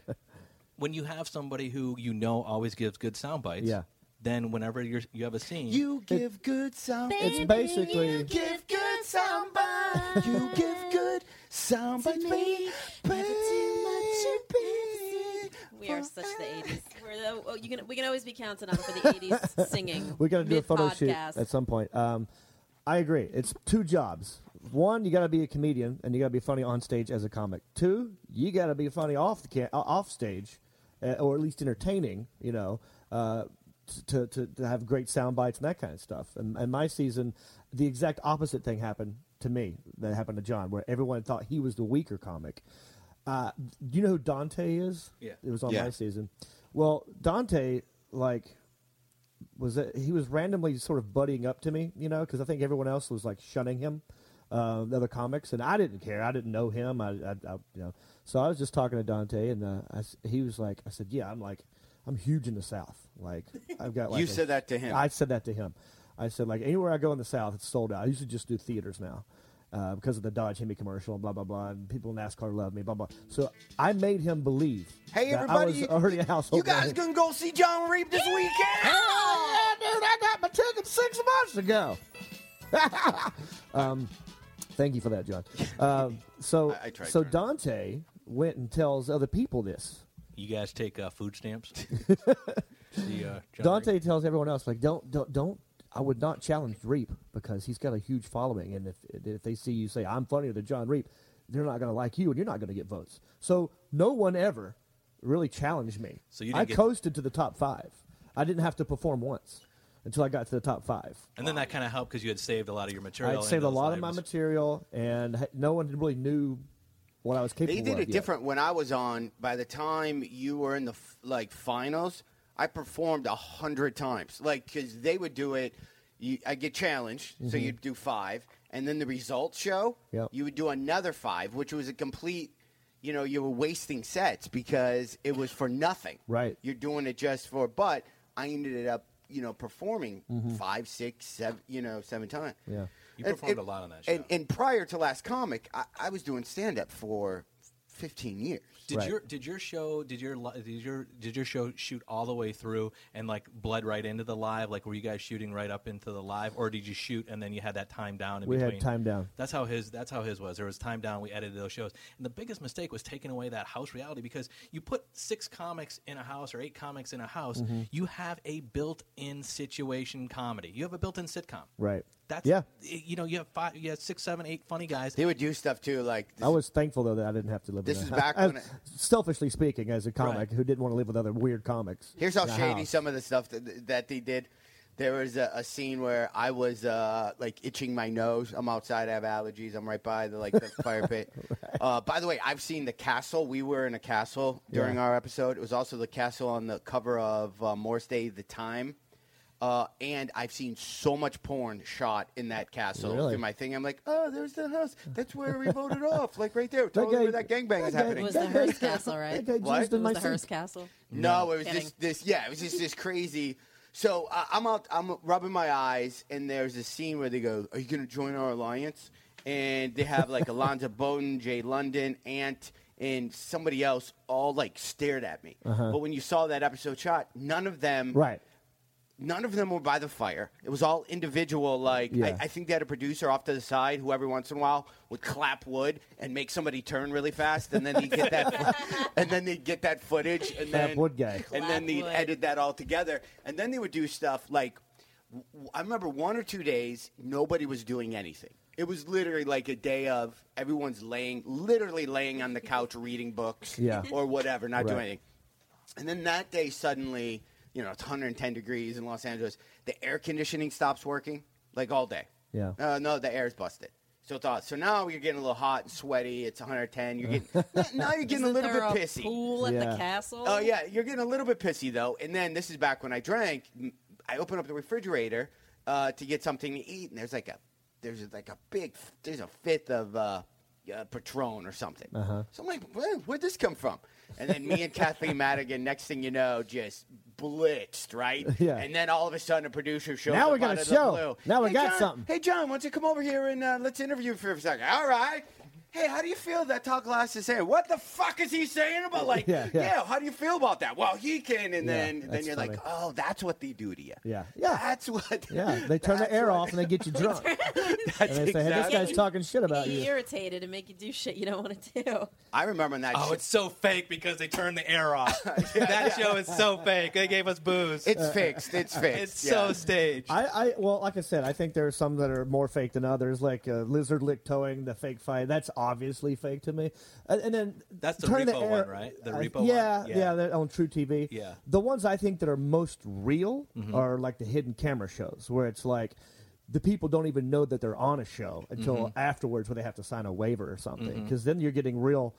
when you have somebody who you know always gives good sound bites,
Yeah.
Then whenever you're, you have a scene,
You give good sound.
It's basically
give good sound bites. You give good sound bites, baby.
We are such the 80s. We're the, oh, you can, we can always be counted on for the 80s singing.
we got to do a photo shoot
mid-podcast.
at some point. Um, I agree. It's two jobs. One, you got to be a comedian and you got to be funny on stage as a comic. Two, you got to be funny off the ca- uh, off stage, uh, or at least entertaining. You know, uh, t- to, to to have great sound bites and that kind of stuff. And, and my season, the exact opposite thing happened to me that happened to John, where everyone thought he was the weaker comic. Uh, do you know who Dante is?
Yeah.
it was on
Yeah.
my season. Well, Dante, like was that he was randomly sort of buddying up to me, you know, because I think everyone else was like shunning him, uh, the other comics, and I didn't care. I didn't know him. I, I, I you know, so I was just talking to Dante, and uh, I s he was like, I said, yeah, I'm like, I'm huge in the South. Like I've got. Like
You
a-
said that to him.
I said that to him. I said like anywhere I go in the South, it's sold out. I used to just do theaters now. Uh, because of the Dodge Hemi commercial, blah blah blah, and people in NASCAR love me, blah blah. So I made him believe.
Hey
that I
everybody!
was
you-
already a household.
You guys
name.
gonna go see John Reap this weekend?
Oh, yeah, dude, I got my ticket six months ago. um, thank you for that, John. Um, so,
I- I tried,
so
John.
Dante went and tells other people this.
you guys take uh, food stamps. the, uh, John
Dante tells everyone else, like, don't, don't, don't. I would not challenge Reap because he's got a huge following, and if if they see you say I'm funnier than John Reap, they're not going to like you, and you're not going to get votes. So no one ever really challenged me.
So you didn't
I
get-
coasted to the top five. I didn't have to perform once until I got to the top five.
and then that kind of helped because you had saved a lot of your material.
I
in
saved a
those
lot of my
labels.
material, and ha- no one really knew what I was capable.
They did
of
it
yet.
different when I was on. By the time you were in the f- like finals, I performed a hundred times. Like because they would do it. You, I get challenged, so you'd do five, and then the results show.
Mm-hmm. Yep.
You would do another five, which was a complete. You know, you were wasting sets because it was for nothing.
Right.
You're doing it just for. But I ended up, you know, performing five, six, seven. You know, seven times.
Mm-hmm. Yeah.
You performed a lot on that
And,
show.
and prior to last comic, I, I was doing stand up for 15 years.
Did
Right.
your did your show did your li- did your did your show shoot all the way through and like bled right into the live? Like were you guys shooting right up into the live, or did you shoot and then you had that time down? In
We had
between?
time down.
That's how his that's how his was. There was time down. We edited those shows, and the biggest mistake was taking away that house reality because you put six comics in a house or eight comics in a house,
Mm-hmm.
you have a built-in situation comedy. You have a built-in sitcom.
Right.
That's
Yeah.
You know, you have five, you have six, seven, eight funny guys.
They would do stuff too, like this,
I was thankful though that I didn't have to live.
This
in
is
a,
back
as-
when it-
selfishly speaking, as a comic
Right.
who didn't want to live with other weird comics.
Here's how
in a
shady
house.
some of the stuff that, that they did. There was a, a scene where I was uh, like itching my nose. I'm outside. I have allergies. I'm right by the like the fire pit. uh, by the way, I've seen the castle. We were in a castle during
Yeah.
our episode. It was also the castle on the cover of uh, Morris Day, The Time. Uh, and I've seen so much porn shot in that castle
Really?
through my thing. I'm like, oh, there's the house. That's where we voted off. Like right there, totally where that gangbang
that
is
guy-
happening.
It was
that
the
guy-
Hearst Castle, right?
That guy
What?
jizzed
It
in my
was the
sink.
Hearst Castle.
No, it was
Kidding.
just this. Yeah, it was just this crazy. So uh, I'm out. I'm rubbing my eyes, and there's a scene where they go, "Are you going to join our alliance?" And they have like Alonzo Bowden, Jay London, Ant, and somebody else all like stared at me. But when you saw that episode shot, none of them
Uh-huh. Right.
none of them were by the fire. It was all individual. Like
Yeah.
I, I think they had a producer off to the side who every once in a while would clap wood and make somebody turn really fast, and then he'd get that, and then they'd get that footage, and
Clap
then
wood guy.
and then
Clap
they'd
wood.
edit that all together, and then they would do stuff like w- w- I remember one or two days nobody was doing anything. It was literally like a day of everyone's laying, literally laying on the couch reading books,
Yeah.
or whatever, not doing
Right.
anything. And then that day, suddenly, you know, it's 110 degrees in Los Angeles. The air conditioning stops working like all day.
Yeah.
Uh, no, the air's busted. So it's off. So now you're getting a little hot and sweaty. It's 110. You're getting now you're getting a
Isn't
little bit
there a
pissy.
Pool at
Yeah.
the castle.
Oh yeah, you're getting a little bit pissy though. And then this is back when I drank. M- I open up the refrigerator uh, to get something to eat, and there's like a there's like a big there's a fifth of uh, uh, Patron or something.
Uh-huh.
So I'm like, Where, where'd this come from? And then me and Kathleen Madigan, next thing you know, just blitzed, right?
Yeah.
And then all of a sudden, a producer shows
Now
up
we got
out
a
of
show.
the blue.
Now we
hey,
got
John,
something.
Hey John, why don't you come over here and uh, let's interview you for a second? All right. Hey, how do you feel that Todd Glass is saying? What the fuck is he saying about like?
Yeah, yeah.
yeah, how do you feel about that? Well, he can, and
Yeah,
then then
that's
you're like,
funny.
oh, that's what they do to you.
Yeah. Yeah.
that's what.
Yeah, they turn the
that's
air
what-
off and they get you drunk.
that's
and they say, "Hey, this
exactly-
guy's talking shit about
Get you
you."
irritated and make you do shit you don't want to do.
I remember when that.
Oh,
shit-
it's so fake because they turned the air off. that show is so fake. They gave us booze.
uh,
it's fixed. It's fixed.
It's
yeah.
so staged.
I, I, well, like I said, I think there are some that are more fake than others, like uh, lizard lick towing the fake fight. That's obviously fake to me. And, and then
That's the
turn
Repo
air-
one, right? The
I-
Repo one?
Yeah,
Yeah.
yeah, they're on True TV.
Yeah. Mm-hmm.
the ones I think that are most real are like the hidden camera shows, where it's like the people don't even know that they're on a show until
Mm-hmm.
afterwards, where they have to sign a waiver or something. Because then you're getting real,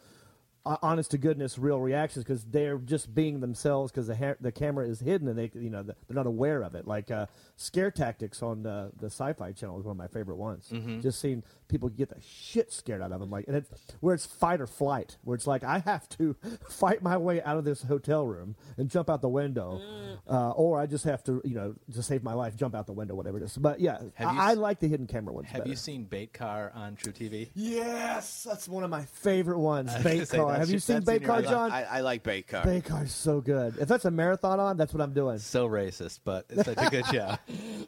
uh, honest to goodness, real reactions because they're just being themselves because the ha- the camera is hidden and they you know they're not aware of it. Like uh, scare tactics on the the Sci-Fi Channel is one of my favorite ones.
Mm-hmm.
Just seeing people get the shit scared out of them, like and it's where it's fight or flight, where it's like I have to fight my way out of this hotel room and jump out the window,
Mm.
uh, or I just have to you know to save my life, jump out the window, whatever it is. But yeah,
Have you
I, I
s-
like the hidden camera ones.
Have
better.
you seen Bait Car on True TV?
Yes, that's one of my favorite ones.
was gonna
Bait
say,
car.
that
Have you
shit-
seen
that's in
bait
your
car,
eye.
John?
I, I like Baker.
Big car's so good. If that's a marathon on, that's what I'm doing.
So racist, but it's such a good show.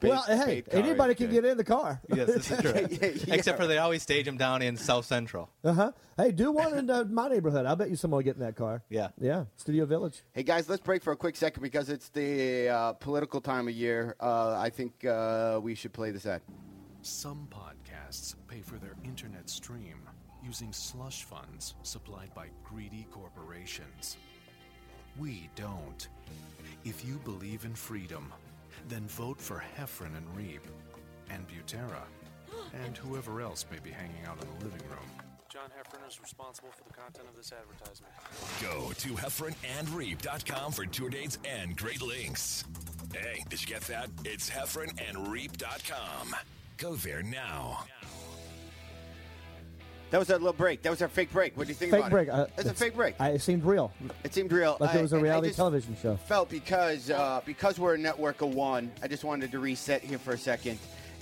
well, hey,
big car
anybody
is
can
good.
get in the car.
yes, this is true. Except for they always stage them down in South Central.
Uh huh. Hey, do one in uh, my neighborhood. I bet you someone will get in that car.
Yeah.
Yeah. Studio Village.
Hey guys, let's break for a quick second because it's the uh, political time of year. Uh, I think uh, we should play this ad.
Some podcasts pay for their internet stream using slush funds supplied by greedy corporations. We don't. If you believe in freedom, then vote for Heffron and Reeb and Butera and whoever else may be hanging out in the living room.
John Heffron is responsible for the content of this advertisement.
Go to heffronandreap.com for tour dates and great links. Hey, did you get that? It's heffronandreap.com. Go there now.
That was our little break. That was our fake break. What do you think
Fake
about
break.
it?
Uh,
That's a fake break.
I, it seemed real.
it seemed real.
Like
I-
it was a
I- I
reality
just-
television show.
felt because uh, because we're a network of one. I just wanted to reset here for a second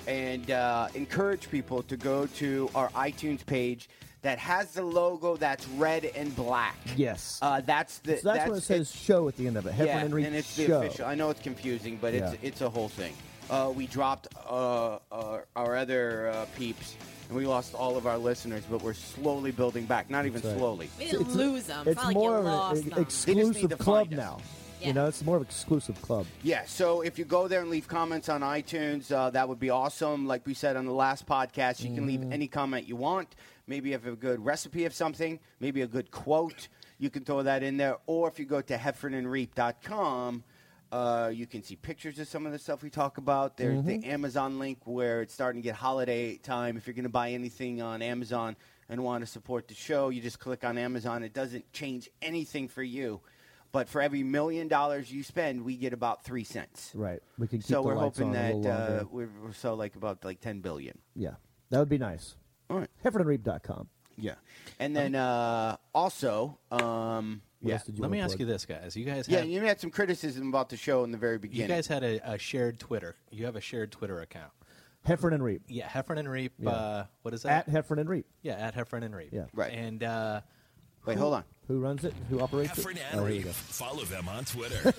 and uh, encourage people to go to our iTunes page. that has the logo that's red and black.
Yes.
Uh, that's the.
so that's, what it says show at the end of it. Heffron
yeah,
and Reap
and it's the
show.
official. I know it's confusing, but it's
Yeah.
it's a whole thing. Uh, we dropped uh, uh, our other uh, peeps, and we lost all of our listeners, but we're slowly building back. Not even
That's right.
slowly.
We didn't
It's-
lose them.
It's more
get
of
lost
an e-
'em.
They just need
exclusive
to
club
find us.
now.
Yeah.
You know, it's more of an exclusive club.
Yeah, so if you go there and leave comments on iTunes, uh, that would be awesome. Like we said on the last podcast, you can leave any comment you want. Maybe you have a good recipe of something, maybe a good quote. You can throw that in there. Or if you go to heffernandreap.com, uh, you can see pictures of some of the stuff we talk about. There's the Amazon link where it's starting to get holiday time. If you're going to buy anything on Amazon and want to support the show, you just click on Amazon. It doesn't change anything for you. But for every million dollars you spend, we get about three cents.
Right. We can keep
So
the
we're
lights on
hoping
a
that
little longer.
uh, we're, we're so like about like ten billion.
yeah. That would be nice.
All right.
Heffernandreap.com.
Yeah. And then uh, also, um,
What
yeah,
else did you
Let me
wanna
ask
plug?
you this, guys. You guys
yeah.
have,
You had some criticism about the show in the very beginning.
you guys had a, a shared Twitter. You have a shared Twitter account.
Heffern and Reap.
Yeah, Heffern and Reap.
Yeah.
Uh, what is that?
At Heffern and Reap.
yeah, at Heffern and Reap.
Yeah.
Right.
And uh,
Wait, hold on.
Who runs it? Who operates
Heffron
it?
and
oh, here you
Reap.
go.
Follow them on Twitter at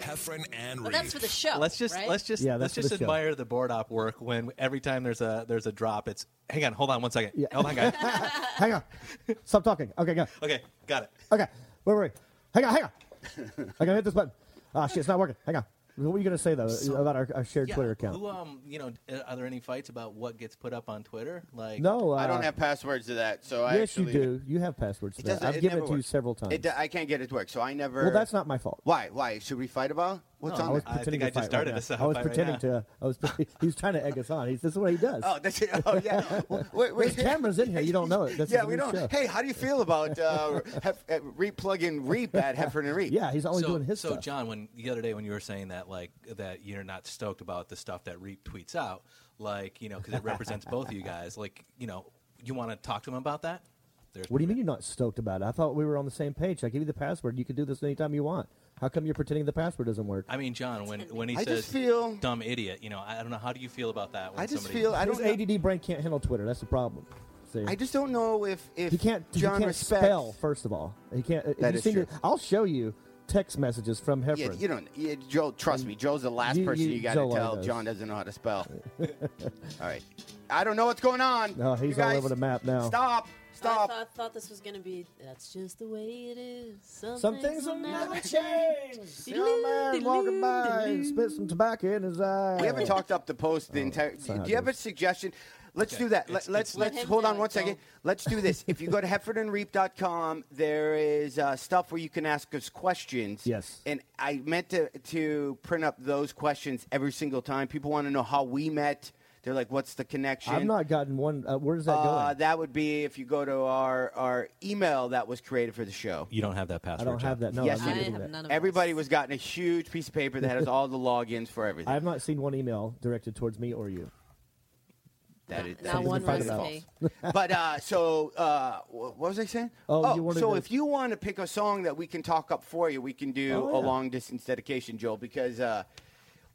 Heffron and Reap.
Well, that's for the show.
let's just
right?
let's just
Yeah, that's
let's
for
just
the show.
admire the board op work when every time there's a there's a drop, it's hang on, hold on one second.
Yeah.
Hold on, guys.
Hang on. Stop talking. Okay, go.
okay, got it.
Okay. Where were we? Hang on, hang on. I gotta hit this button. Ah, shit, it's not working. Hang on. What were you gonna say though about our, our shared
Yeah,
Twitter account?
Who um you know uh, are there any fights about what gets put up on Twitter? Like
no, uh,
I don't have passwords to that, so I
Yes,
actually,
you do. You have passwords.
It
To that.
doesn't.
I've given
never
it to you
works.
several times.
It, do- I can't get it to work, so I never.
well, that's not my fault.
why. Why should we fight about what's
No,
on
I was
it?
I think
pretending
I
to
just
fight right
started
now.
this up
I was
right
pretending
now.
to. I was. he was trying to egg us on. He's, this is what he does.
Oh, that's it. Oh, yeah. Well, wait, wait.
There's cameras in here. You don't know it. Oh, That's
yeah,
a
we
new
don't.
show.
Hey, how do you feel about uh, hef, uh, replugging Reap at Heffern and Reap?
Yeah, he's always
so,
doing his
so
stuff.
John, when the other day when you were saying that like that you're not stoked about the stuff that Reap tweets out, like you know because it represents both of you guys, like you know you want to talk to him about that. There's
what do you mean you're not stoked about it? I thought we were on the same page. I give you the password. You can do this anytime you want. How come you're pretending the password doesn't work?
I mean, John, when when he
I
says
just feel-
"dumb idiot," you know, I I don't know how do you feel about that. When
I just
somebody,
feel I
His
don't. know-
ADD brain can't handle Twitter. That's the problem. See?
I just don't know if if
He can't.
John
he can't
respects.
spell. First of all, he can't. if
That
you
is
seen
true.
it- I'll show you text messages from Heffron.
Yeah, you don't. Yeah, Joe, trust me. Joe's the last
You-
person
you-
you, got to
Joe
tell.
knows.
John doesn't know how to spell. all right, I don't know what's going on.
No, he's
You guys,
all over the map now.
Stop!
I
Stop!
thought, thought this was going to be. That's just the way it is. Some,
Some things will never change. The old man walking by and spit some tobacco in his eye.
We haven't talked up the post the entire.
Oh, not how
Do
it
you have a
goes.
suggestion? Let's
Okay,
do that.
it's-
Let, let's
it's-
let's
Let him
hold
do
on
it,
one second.
Joe.
Let's do this. If you go to heffordandreap.com, there is uh, stuff where you can ask us questions.
Yes.
And I meant to to print up those questions every single time. People want to know how we met. They're like, "What's the connection?"
I've not gotten one. Uh, where is that
Uh,
going?
that would be if you go to our, our email that was created for the show.
you don't have that password.
I don't have
John.
that. No,
Yes,
I'm
you
not
do.
getting
I
that.
have none of
Everybody
us.
was gotten a huge piece of paper that has all the logins for
I
everything.
have not seen one email directed towards me or you.
That is,
Not
is
one
completely
recipe.
false. but uh, so uh, wh- what was I saying?
Oh, you wanted
so
to-
if you want to pick a song that we can talk up for you, we can do
Oh,
a
yeah.
long distance dedication, Joel, because uh,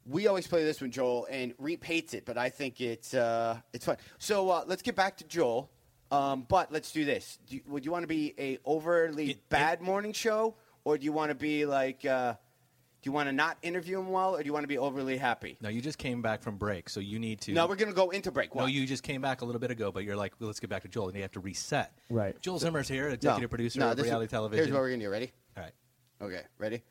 we always play this one, Joel, and Reap hates it, but I think it's uh, it's fun. So uh, let's get back to Joel. Um, but let's do this. Do you, would you want to be a overly bad morning show, or do you want to be like? Uh, do you want to not interview him well, or do you want to be overly happy?
No, you just came back from break, so you need to.
No, we're gonna go into break.
No,
Why?
you just came back a little bit ago, but you're like, well, let's get back to Joel, and you have to reset.
Right.
Joel Zimmer's here, executive producer
no,
of
this is-
reality television.
Here's what we're gonna do. Ready?
All right.
Okay, ready?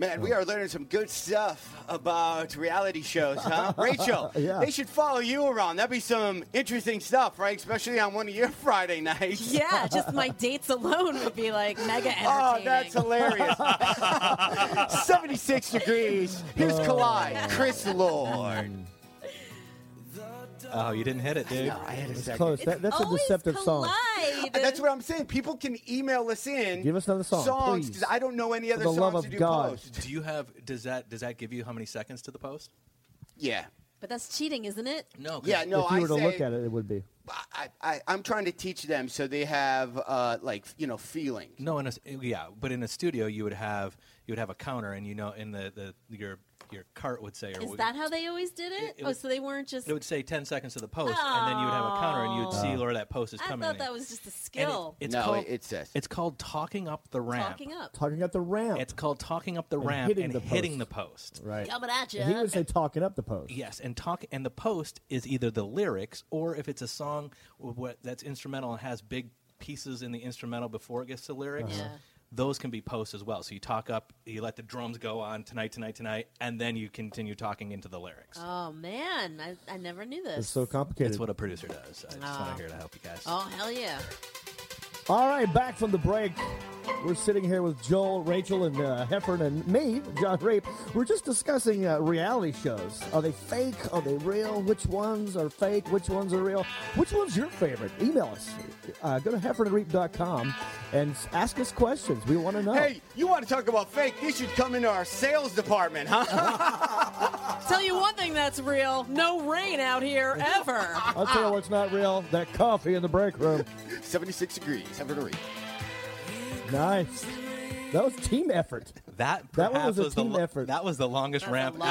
Man,
Oh.
we are learning some good stuff about reality shows, huh? Rachel,
Yeah.
they should follow you around. That'd be some interesting stuff, right? Especially on one of your Friday nights.
Yeah, just my dates alone would be like mega entertaining.
Oh, that's hilarious. 76 degrees. Here's
Oh.
Collide, Chris Lord.
Oh, you didn't hit it, dude.
I had a second.
Close. That, that's a
Always
deceptive song.
collide.
And that's what I'm saying. People can email us in.
Give us another song, please.
Songs, because I don't know any other
the
songs
love
to
of
do
God.
post.
Do you have? Does that does that give you how many seconds to the post?
Yeah.
But that's cheating, isn't it?
No. 'cause
Yeah, no,
if you
I
were to
say,
look at it, it would be.
I, I, I'm trying to teach them so they have uh, like you know feeling.
No, in a s- yeah, but in a studio you would have you would have a counter, and you know, in the, the your your cart would say. Or
Is
would-
that how they always did it?
It
oh,
would-
so they weren't just.
It would say 10 seconds to the post, and then you would have a counter, and you would see where that post is
Oh. I
coming.
thought
in.
that was just a
And it-
skill.
it's
no,
called,
it, it says
it's called talking up the ramp.
talking up,
Talking up the ramp.
It's called talking up the ramp
hitting
and
the
hitting
post.
the post.
right.
coming at you.
And he would say talking up the post.
Yes, and talk and the post is either the lyrics or if it's a song w- what, that's instrumental and has big pieces in the instrumental before it gets to lyrics.
Uh-huh. Yeah.
Those can be posts as well. So you talk up, you let the drums go on tonight, tonight, tonight, and then you continue talking into the lyrics.
oh man, I, I never knew this.
It's so complicated.
That's what a producer does. I just
Ah.
want to here to help you guys.
oh hell yeah!
All right, back from the break. We're sitting here with Joel, Rachel, and uh, Heffern, and me, John Rape. We're just discussing uh, reality shows. Are they fake? Are they real? Which ones are fake? Which ones are real? Which one's your favorite? Email us. Uh, go to heffernandreap.com and s- ask us questions. We want to know.
Hey, you want to talk about fake? You should come into our sales department,
Uh-huh.
huh?
Tell you one thing that's real: no rain out here ever.
I'll tell
Ah.
you what's not real. That coffee in the break room.
76 degrees. Have a read.
nice. That was team effort.
That
That one
perhaps
was a
the
team
lo-
effort.
That was the longest
That's a
ramp
long-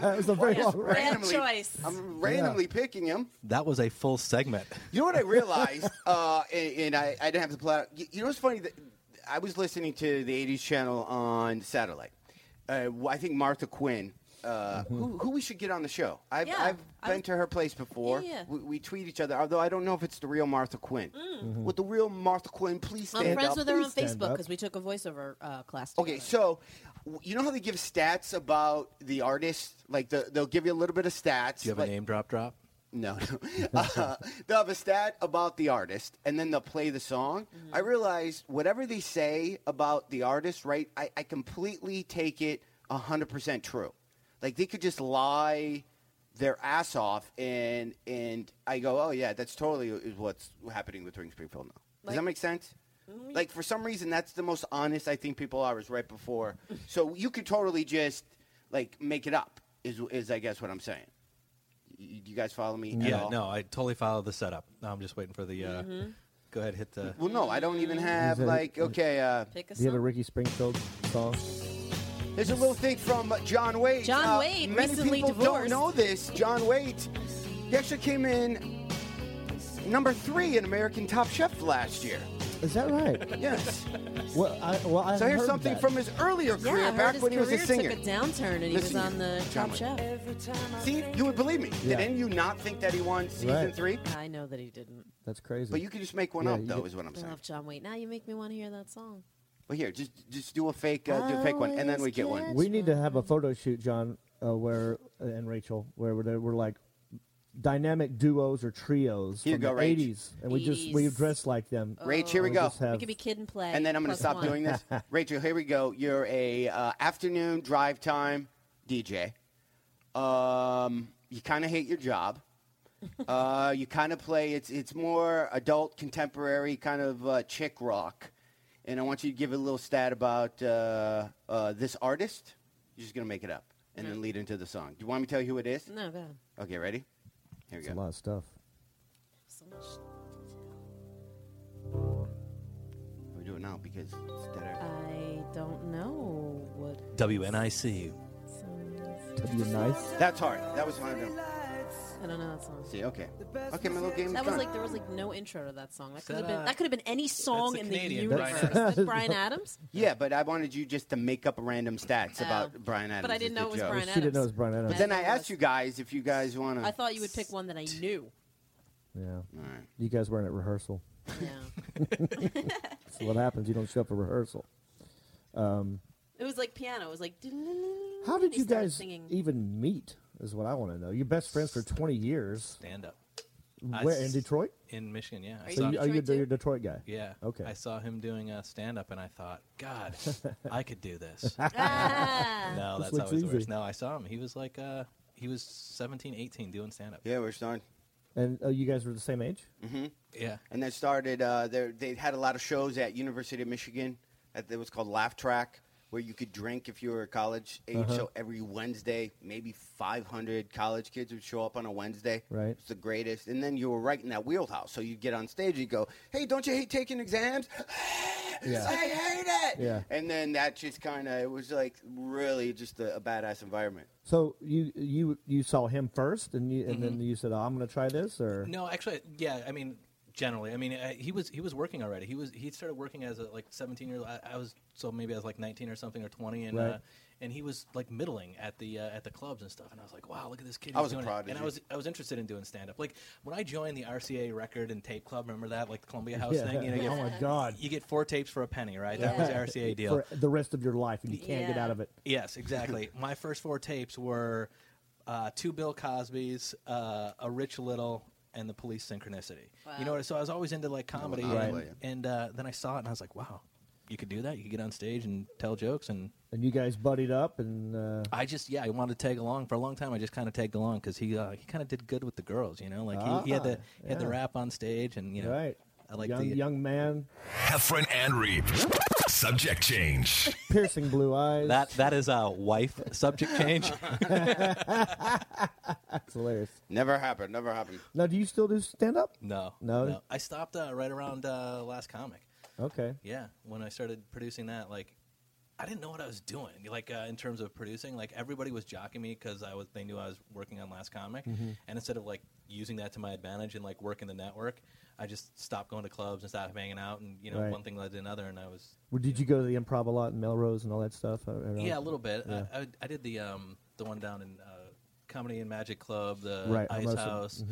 that was a very long break.
Bad choice.
I'm randomly picking him.
That was a full segment.
You know what I realized, uh, and, and I, I didn't have to plot. You, you know what's funny? That I was listening to the '80s channel on satellite. Uh, I think Martha Quinn, uh,
Mm-hmm.
who, who we should get on the show. I've,
Yeah,
I've
I
been
was-
to her place before.
Yeah, yeah.
We, we tweet each other, although I don't know if it's the real Martha Quinn.
Mm-hmm.
With the real Martha Quinn, please stand
I'm friends
up.
with her on
Please stand
Facebook
up.
because we took a voiceover uh, class.
Okay,
together.
so w- you know how they give stats about the artist? Like the, they'll give you a little bit of stats.
Do you have
like-
a name drop drop?
No, no. Uh, they'll have a stat about the artist, and then they'll play the song. I realized whatever they say about the artist, right? I, I completely take it hundred percent true. Like they could just lie their ass off, and and I go, oh yeah, that's totally is what's happening with Ring Springfield now. Does that
Like-
make sense? Like for some reason, that's the most honest I think people are is right before. So you could totally just like make it up. Is is I guess what I'm saying. You, you guys follow me? at
Yeah,
all?
no, I totally follow the setup. Now I'm just waiting for the. Uh, Go ahead, hit the.
Well, no, I don't even have
Is it-
like okay. Uh,
pick us
Do you have a
up.
Ricky Springfield song?
there's a little thing from John Wade.
John
Uh,
Wade,
Many
recently
people don't
divorced.
know this. John Wade, he actually came in number three in American Top Chef last year.
Is that right?
Yes.
Well, I, well, I
so here's
heard
something
that.
from his earlier
Yeah,
career
I heard
back
his
when he was a
career
singer.
took a downturn and he
The
was
singer.
on the
John
Top
Wade.
Chef.
See, you would believe me.
Yeah.
Didn't you not think that he won season
Right.
three?
I know that he didn't.
That's crazy.
But you could just make one
Yeah,
up,
you
though,
could-
is what I'm
I
saying.
love John Wade. Now you make me want to hear that song.
Well, here, just just do a fake, uh, do a fake one, and then we get one.
we need to have a photo shoot, John, uh, where and Rachel, where we're, we're like dynamic duos or trios
Here you
from
go,
the
Rach.
'80s, and we just we
Eighties.
dress like them.
Rach, here we
We
go.
just have-
We could be kid and play.
And then I'm going to
plus
stop
one.
doing this. Rachel, here we go. You're a uh, afternoon drive time DJ. Um, you kind of hate your job. Uh, you kind of play. It's it's more adult contemporary kind of uh, chick rock. And I want you to give a little stat about uh, uh, this artist. You're just going to make it up and
Mm-hmm.
then lead into the song. Do you want me to tell you who it is?
No, go ahead.
Okay, ready? Here we
It's a
go.
lot of stuff.
So much-
We do it now because it's dead air.
I don't know what
WNIC.
song.
To be nice.
That's hard. That was one of them.
I don't know that song.
See, okay. Okay, my little game
That
is
was
done.
like there was like no intro to that song. That could
that,
have been
uh,
that could have been any song
the
in
Canadian
the
Brian
universe. Is that Brian Adams?
Yeah, but I wanted you just to make up random stats
Oh.
about Brian Adams.
But I didn't
as the
know it was
joke.
Brian
She
Adams.
didn't know it was Brian Adams.
But then I
Adams
asked
was-
you guys if you guys want to.
I thought you would pick one that I knew.
Yeah,
All right.
you guys weren't at rehearsal.
Yeah.
That's what happens. You don't show up for rehearsal.
It was like piano. It was like
How did
They
you
started
guys
singing.
even meet? Is what I want to know. You're best friends for 20 years.
Stand up. I
Where in
s-
Detroit?
In Michigan, yeah. I
Are
So
saw,
you-
you, are you
Detroit
you're
too?
a Detroit guy?
yeah.
Okay.
I saw him doing a stand up and I thought, God, I could do this.
ah.
No,
This
that's always
looks
the
easy.
worst. No, I saw him. He was like, uh, he was 17, 18 doing stand up.
Yeah, we're starting.
And uh, you guys were the same age?
Yeah.
And that started. Uh, there- they had a lot of shows at University of Michigan. At, it was called Laugh Track, where you could drink if you were college age.
Uh-huh.
So every Wednesday, maybe 500 college kids would show up on a Wednesday.
Right.
It's the greatest. And then you were right in that wheelhouse. So you'd get on stage and you'd go, "Hey, don't you hate taking exams?" it.
Yeah.
I hate it.
Yeah.
And then that just kind of it was like really just a, a badass environment.
So you you you saw him first, and you, and then you said, oh, "I'm going to try this," or
Mm-hmm. No, actually, yeah. I mean, generally, I mean, I, he was he was working already. He was he started working as a like seventeen year old. I, I was so maybe I was like nineteen or something or twenty, and
Right.
uh, and he was like middling at the uh, at the clubs and stuff. And I was like, wow, look at this kid.
I
he's
was a
doing it.
prodigy.
and I was I was interested in doing stand up. Like when I joined the RCA Record and Tape Club, remember that like the Columbia House
Yeah.
thing? You know, you
oh
get,
my god,
you get four tapes for a penny, right? That was the RCA deal.
for the rest of your life, and you can't get
Yeah.
out of it.
Yes, exactly. My first four tapes were uh, two Bill Cosby's, uh, a Rich Little, and the Police Synchronicity. You know,
Wow.
what? so I was always into like comedy,
Right.
and,
Right.
and uh, then I saw it and I was like, wow, you could do that. You could get on stage and tell jokes, and
And you guys buddied up, and uh,
I just yeah, I wanted to tag along for a long time. I just kind of tagged along because he uh, he kind of did good with the girls, you know, like he, he had the he had the
Ah, yeah.
rap on stage, and you know,
right,
I like
young
the
young man,
Heffron and Reap. Subject change.
piercing blue eyes.
that that is a wife subject change.
That's hilarious.
Never happened. Never happened.
Now, do you still do stand up?
no,
No?
I stopped uh, right around uh, last comic.
Okay.
yeah when i started producing that like i didn't know what i was doing like uh, in terms of producing like everybody was jocking me because i was they knew i was working on last comic
Mm-hmm.
and instead of like using that to my advantage and like working the network i just stopped going to clubs and stopped hanging out and you know
Right.
one thing led to another and i was
Well, did you go to the improv a lot in Melrose and all that stuff? Uh, I- I don't-
yeah a little bit
Yeah.
I, I, I did the um the one down in uh, comedy and magic club the
Right,
ice
Hermosa.
house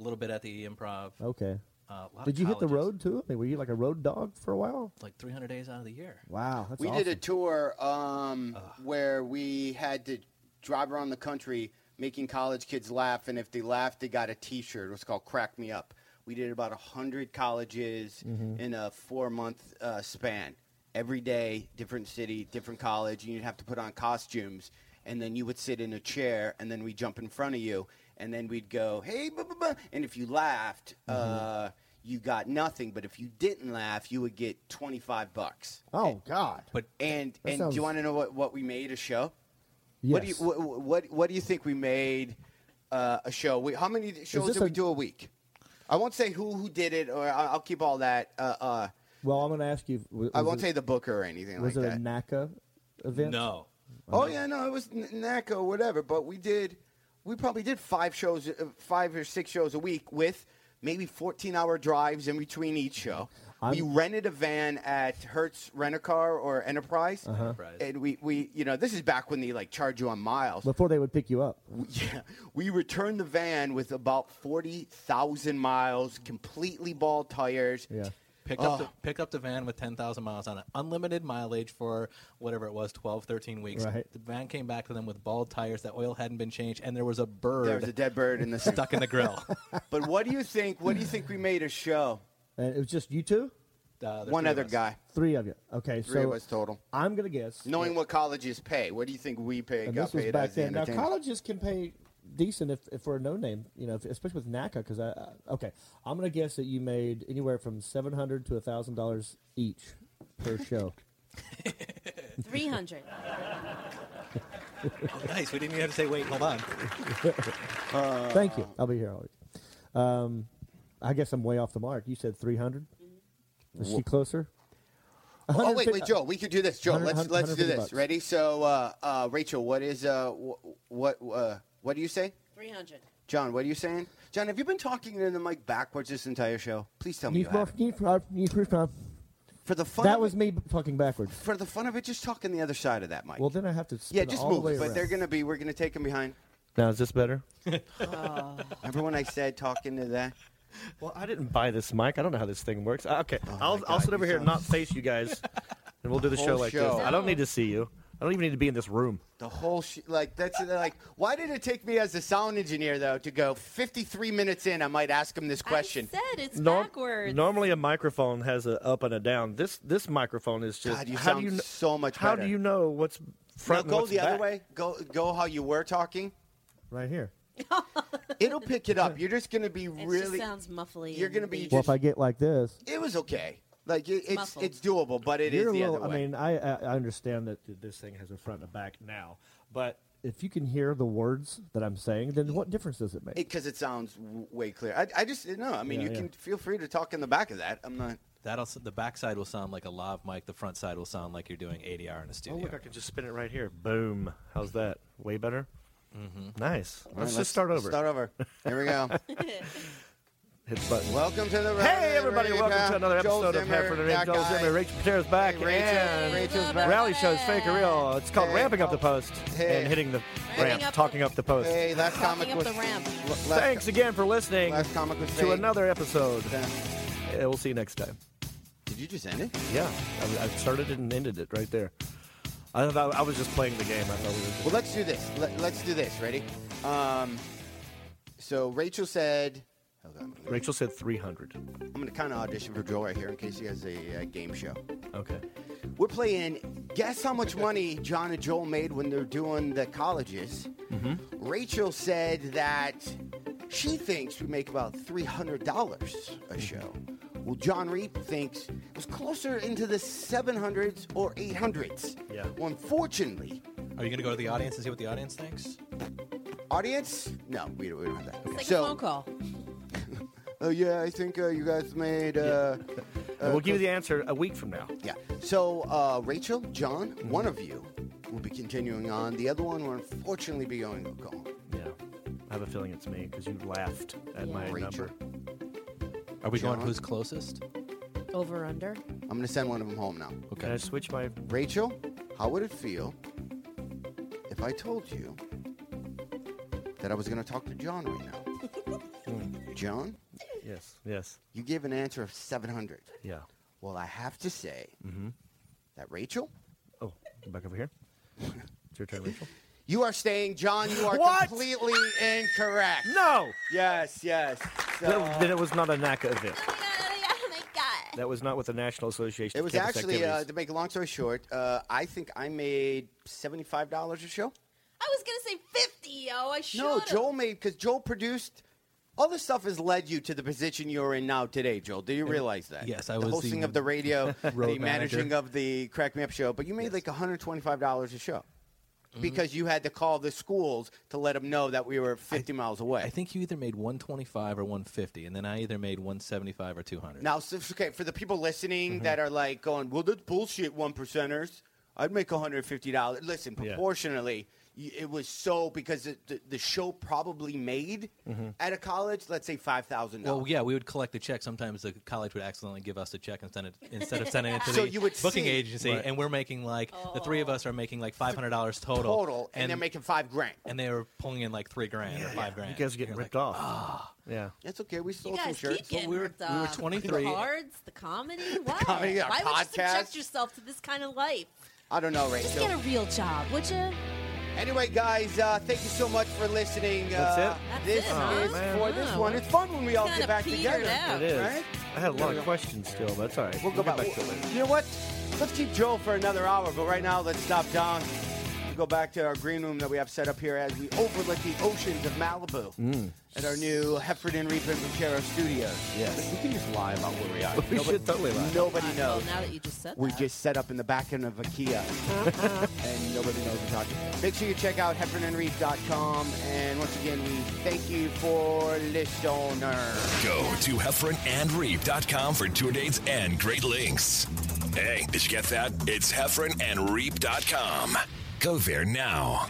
a little bit at the improv
Okay.
uh, a lot of
Oh. Did you hit the
colleges,
road too? I mean, were you like a road dog for a while?
like 300 days out of the year
Wow, that's
we
awesome.
did a tour um, where we had to drive around the country making college kids laugh, and if they laughed, they got a T-shirt. It was called "Crack Me Up." We did about hundred colleges
Mm-hmm.
in a four-month uh, span. Every day, different city, different college, and you'd have to put on costumes, and then you would sit in a chair, and then we would jump in front of you, and then we'd go, "Hey, blah, blah, blah," and if you laughed.
Mm-hmm.
Uh, you got nothing, but if you didn't laugh, you would get twenty five bucks.
Oh God!
but
And
That
and
sounds-
do you want to know what, what we made a show?
yes.
What do you what what, what do you think we made uh, a show? We, how many shows
this
did we
a-
do a week? I won't say who who did it, or I'll, I'll keep all that. Uh, uh,
well, I'm going to ask you. Was
I won't
it,
say the booker or anything
Was
like
it
that.
a NACA event?
no
oh yeah, no, it was N- NACA or whatever. But we did we probably did five shows, uh, five or six shows a week with maybe fourteen hour drives in between each show. we
I'm-
rented a van at Hertz Rent a Car or Enterprise,
Uh-huh.
Enterprise.
and we we you know this is back when they like charge you on miles.
Before they would pick you up.
Yeah, we returned the van with about forty thousand miles, completely ball tires.
Yeah.
Picked up
Oh.
the, picked up the van with 10,000 miles on it, unlimited mileage for whatever it was, 12, 13 weeks.
Right.
The van came back to them with bald tires, the oil hadn't been changed, and there was a bird
there was a dead bird in the thing.
stuck in the grill. uh,
But what do you think? What do you think we made a show?
And it was just you two,
there's
One
three of
other
us.
guy,
three of you. Okay,
three
so
of us total.
I'm going to guess.
Knowing what colleges pay, what do you think we
and
pay? got
this was
paid
back
as the
then. Now
entertainment?
colleges can pay decent if, if we're a no name, you know, if, especially with NACA. Because I, I okay, I'm going to guess that you made anywhere from seven hundred to thousand dollars each per show.
300.
Oh, nice. We didn't even have to say, wait, hold on.
Thank you. I'll be here all week. Um, I guess I'm way off the mark. You said 300.
Mm-hmm.
Is she closer?
Oh wait,
150
wait, Joe, we could do this. Joe,
100
let's let's do
150
this.
bucks.
Ready? So, uh, uh, Rachel, what is uh, wh- what uh, what do you say?
300.
John, what are you saying? John, have you been talking into the mic backwards this entire show? Please tell me. You
Need more-
have.
need more- need more-
For the fun,
That
of
was
it-
me talking backwards.
for the fun of it, just talking the other side of that mic.
Well, then I have to spin
yeah, just
all
move.
the way
But
around.
they're gonna be. We're gonna take them behind.
Now is this better?
Remember when I said talking to that?
Well, I didn't buy this mic. I don't know how this thing works. Uh, okay, I'll,
Oh God,
I'll sit over
you
here and
sound-
not face you guys, and we'll do the
Whole
show like
show.
this. I don't need to see you. I don't even need to be in this room.
The whole sh- like that's they're like. Why did it take me as a sound engineer though to go 53 minutes in? I might ask him this question.
I said it's
Norm-
backwards.
normally, a microphone has a up and a down. This this microphone is just.
God, you
how
sound
do you kn-
so much
How
better.
do you know what's
Now
front? and
go
what's
the other
back?
way. Go go how you were talking.
right here.
It'll pick it up. You're just gonna be
it
really.
just sounds muffly.
you're
and
gonna be
weak.
Well, if I get like this,
it was okay. Like it, it's
Muffled.
it's doable, but it is
you're a
the
little.
other
I
way.
mean, I, I I understand that th- this thing has a front and a back now, but if you can hear the words that I'm saying, then what difference does it make?
because it, sounds w- way clear. I, I just no. I mean,
Yeah,
you
yeah.
can feel free to talk in the back of that. I'm not.
That'll s- the backside will sound like a lav mic. The front side will sound like you're doing ADR in a
Oh,
studio.
look, I can just spin it right here. Boom. How's that? Way better? Mm-hmm. Nice. Let's,
All right,
just start over.
Start over. Here we go.
Hit the button.
welcome to the
Hey, everybody.
Rally
Welcome to
Recap.
another
Joel
episode of
Zimmer,
Hefford and
that
Abe. Joel
guy.
Zimmer. Rachel Patera's back.
Rachel.
and
Rachel's back.
Rally Show's Fake or Real. It's called
Hey.
Ramping Up the Post
Hey.
and Hitting the
Ramping
Ramp,
up the-
Talking Up the Post.
Hey, last comic
Walking up
was
the ramp.
l- last-
Thanks again for listening
Last comic was
to
fake.
another episode. Yeah, we'll see you next time.
Did you just end it?
Yeah, I, I started it and ended it right there. I thought I was just playing the game. I thought we were. Just,
Well, let's do this. Let, let's do this. Ready? Um, so Rachel said, "Hold on,
Rachel said 300.
I'm going to kind of audition for Joel right here in case he has a, uh game show."
Okay.
We're playing. Guess how much money John and Joel made when they're doing the colleges.
Mm-hmm.
Rachel said that she thinks we make about three hundred dollars
Mm-hmm.
a show. Well, John Reap thinks it was closer into the seven hundreds or eight hundreds.
Yeah.
Well, unfortunately,
Are you going to go to the audience and see what the audience thinks?
audience, no, we don't, we don't have that.
It's like
so,
a phone call.
Oh yeah, I think uh, you guys made. Uh,
And we'll give you the answer a week from now.
yeah. So uh, Rachel, John, one of you will be continuing on. The other one will unfortunately be going gone.
Yeah. I have a feeling it's me because you laughed at
Yeah.
my
Rachel.
number.
Are we
John?
going who's closest?
Over under.
I'm gonna send one of them home now.
Can I switch my.
Rachel, how would it feel if I told you that I was gonna talk to John right now? John,
Yes. Yes.
you gave an answer of 700.
Yeah.
Well, I have to say that Rachel,
Oh, go back over here. It's your turn, Rachel.
you are staying. John, you are
What?
completely incorrect.
No!
Yes, yes. uh,
That- then it was not a NACA event.
Oh my god! Oh my god!
That was not with the National Association
It
of
was
Campus
actually, uh,
Activities.
to make a long story short, uh, I think I made seventy-five dollars a show.
I was gonna say fifty, yo. I should.
No, Joel made because Joel produced. All this stuff has led you to the position you're in now today, Joel. Do you realize that?
yes, I
the
was the
hosting of the radio, the
road
managing
manager.
of the Crack Me Up show. But you made like 125 dollars a show
Mm-hmm.
because you had to call the schools to let them know that we were 50 miles away.
I think you either made 125 or 150, and then I either made 175 or 200.
Now, so, okay, for the people listening
Mm-hmm.
that are like going, well, that's bullshit, one percenters. I'd make $150. Listen, proportionally, y it was so because it, the, the show probably made
Mm-hmm.
at a college, let's say $5,000.
Well, yeah, we would collect the check. Sometimes the college would accidentally give us the check and send it instead of sending it to
So
the
you would
booking
see- Oh.
agency, and we're making like the three of us are making like five hundred dollars total.
total, and, they're making five grand.
and they were pulling in like three grand or five grand.
You guys are getting
You're
ripped
like,
off.
"Ah."
Yeah.
That's okay. We
You
sold some
guys keep
shirts.
getting
we were-
ripped
we were
off.
23.
The cards, the comedy. Why?
comedy, our
Why would you
podcast.
subject yourself to this kind of life?
I don't know,
Just get a
Rachel.
real job, would you?
Anyway, guys, uh, thank you so much for listening.
That's
uh,
it? Oh,
That's
This
it, huh?
is
man.
for this
Wow.
one. It's fun when we all
Kinda
get back
petered
together.
out.
It is.
Right?
I had a lot of questions still, but that's all right.
We'll go
get
back.
to it.
You know what? Let's keep Joel for another hour, but right now let's stop Don. We go back to our green room that we have set up here as we overlook the oceans of Malibu
Mm.
at our new Hefford and Reap and Vaquero studios.
Yes.
We can just lie about where we are.
We should totally lie.
Nobody
Fine, Well,
knows.
now that you just said
We
that.
just set up in the back end of a Kia, and nobody knows we're talking. Make sure you check out heffernandreef.com, and once again, we thank you for listening.
Go to heffronandreap.com for tour dates and great links. Hey, did you get that? It's heffronandreap.com. Go there now.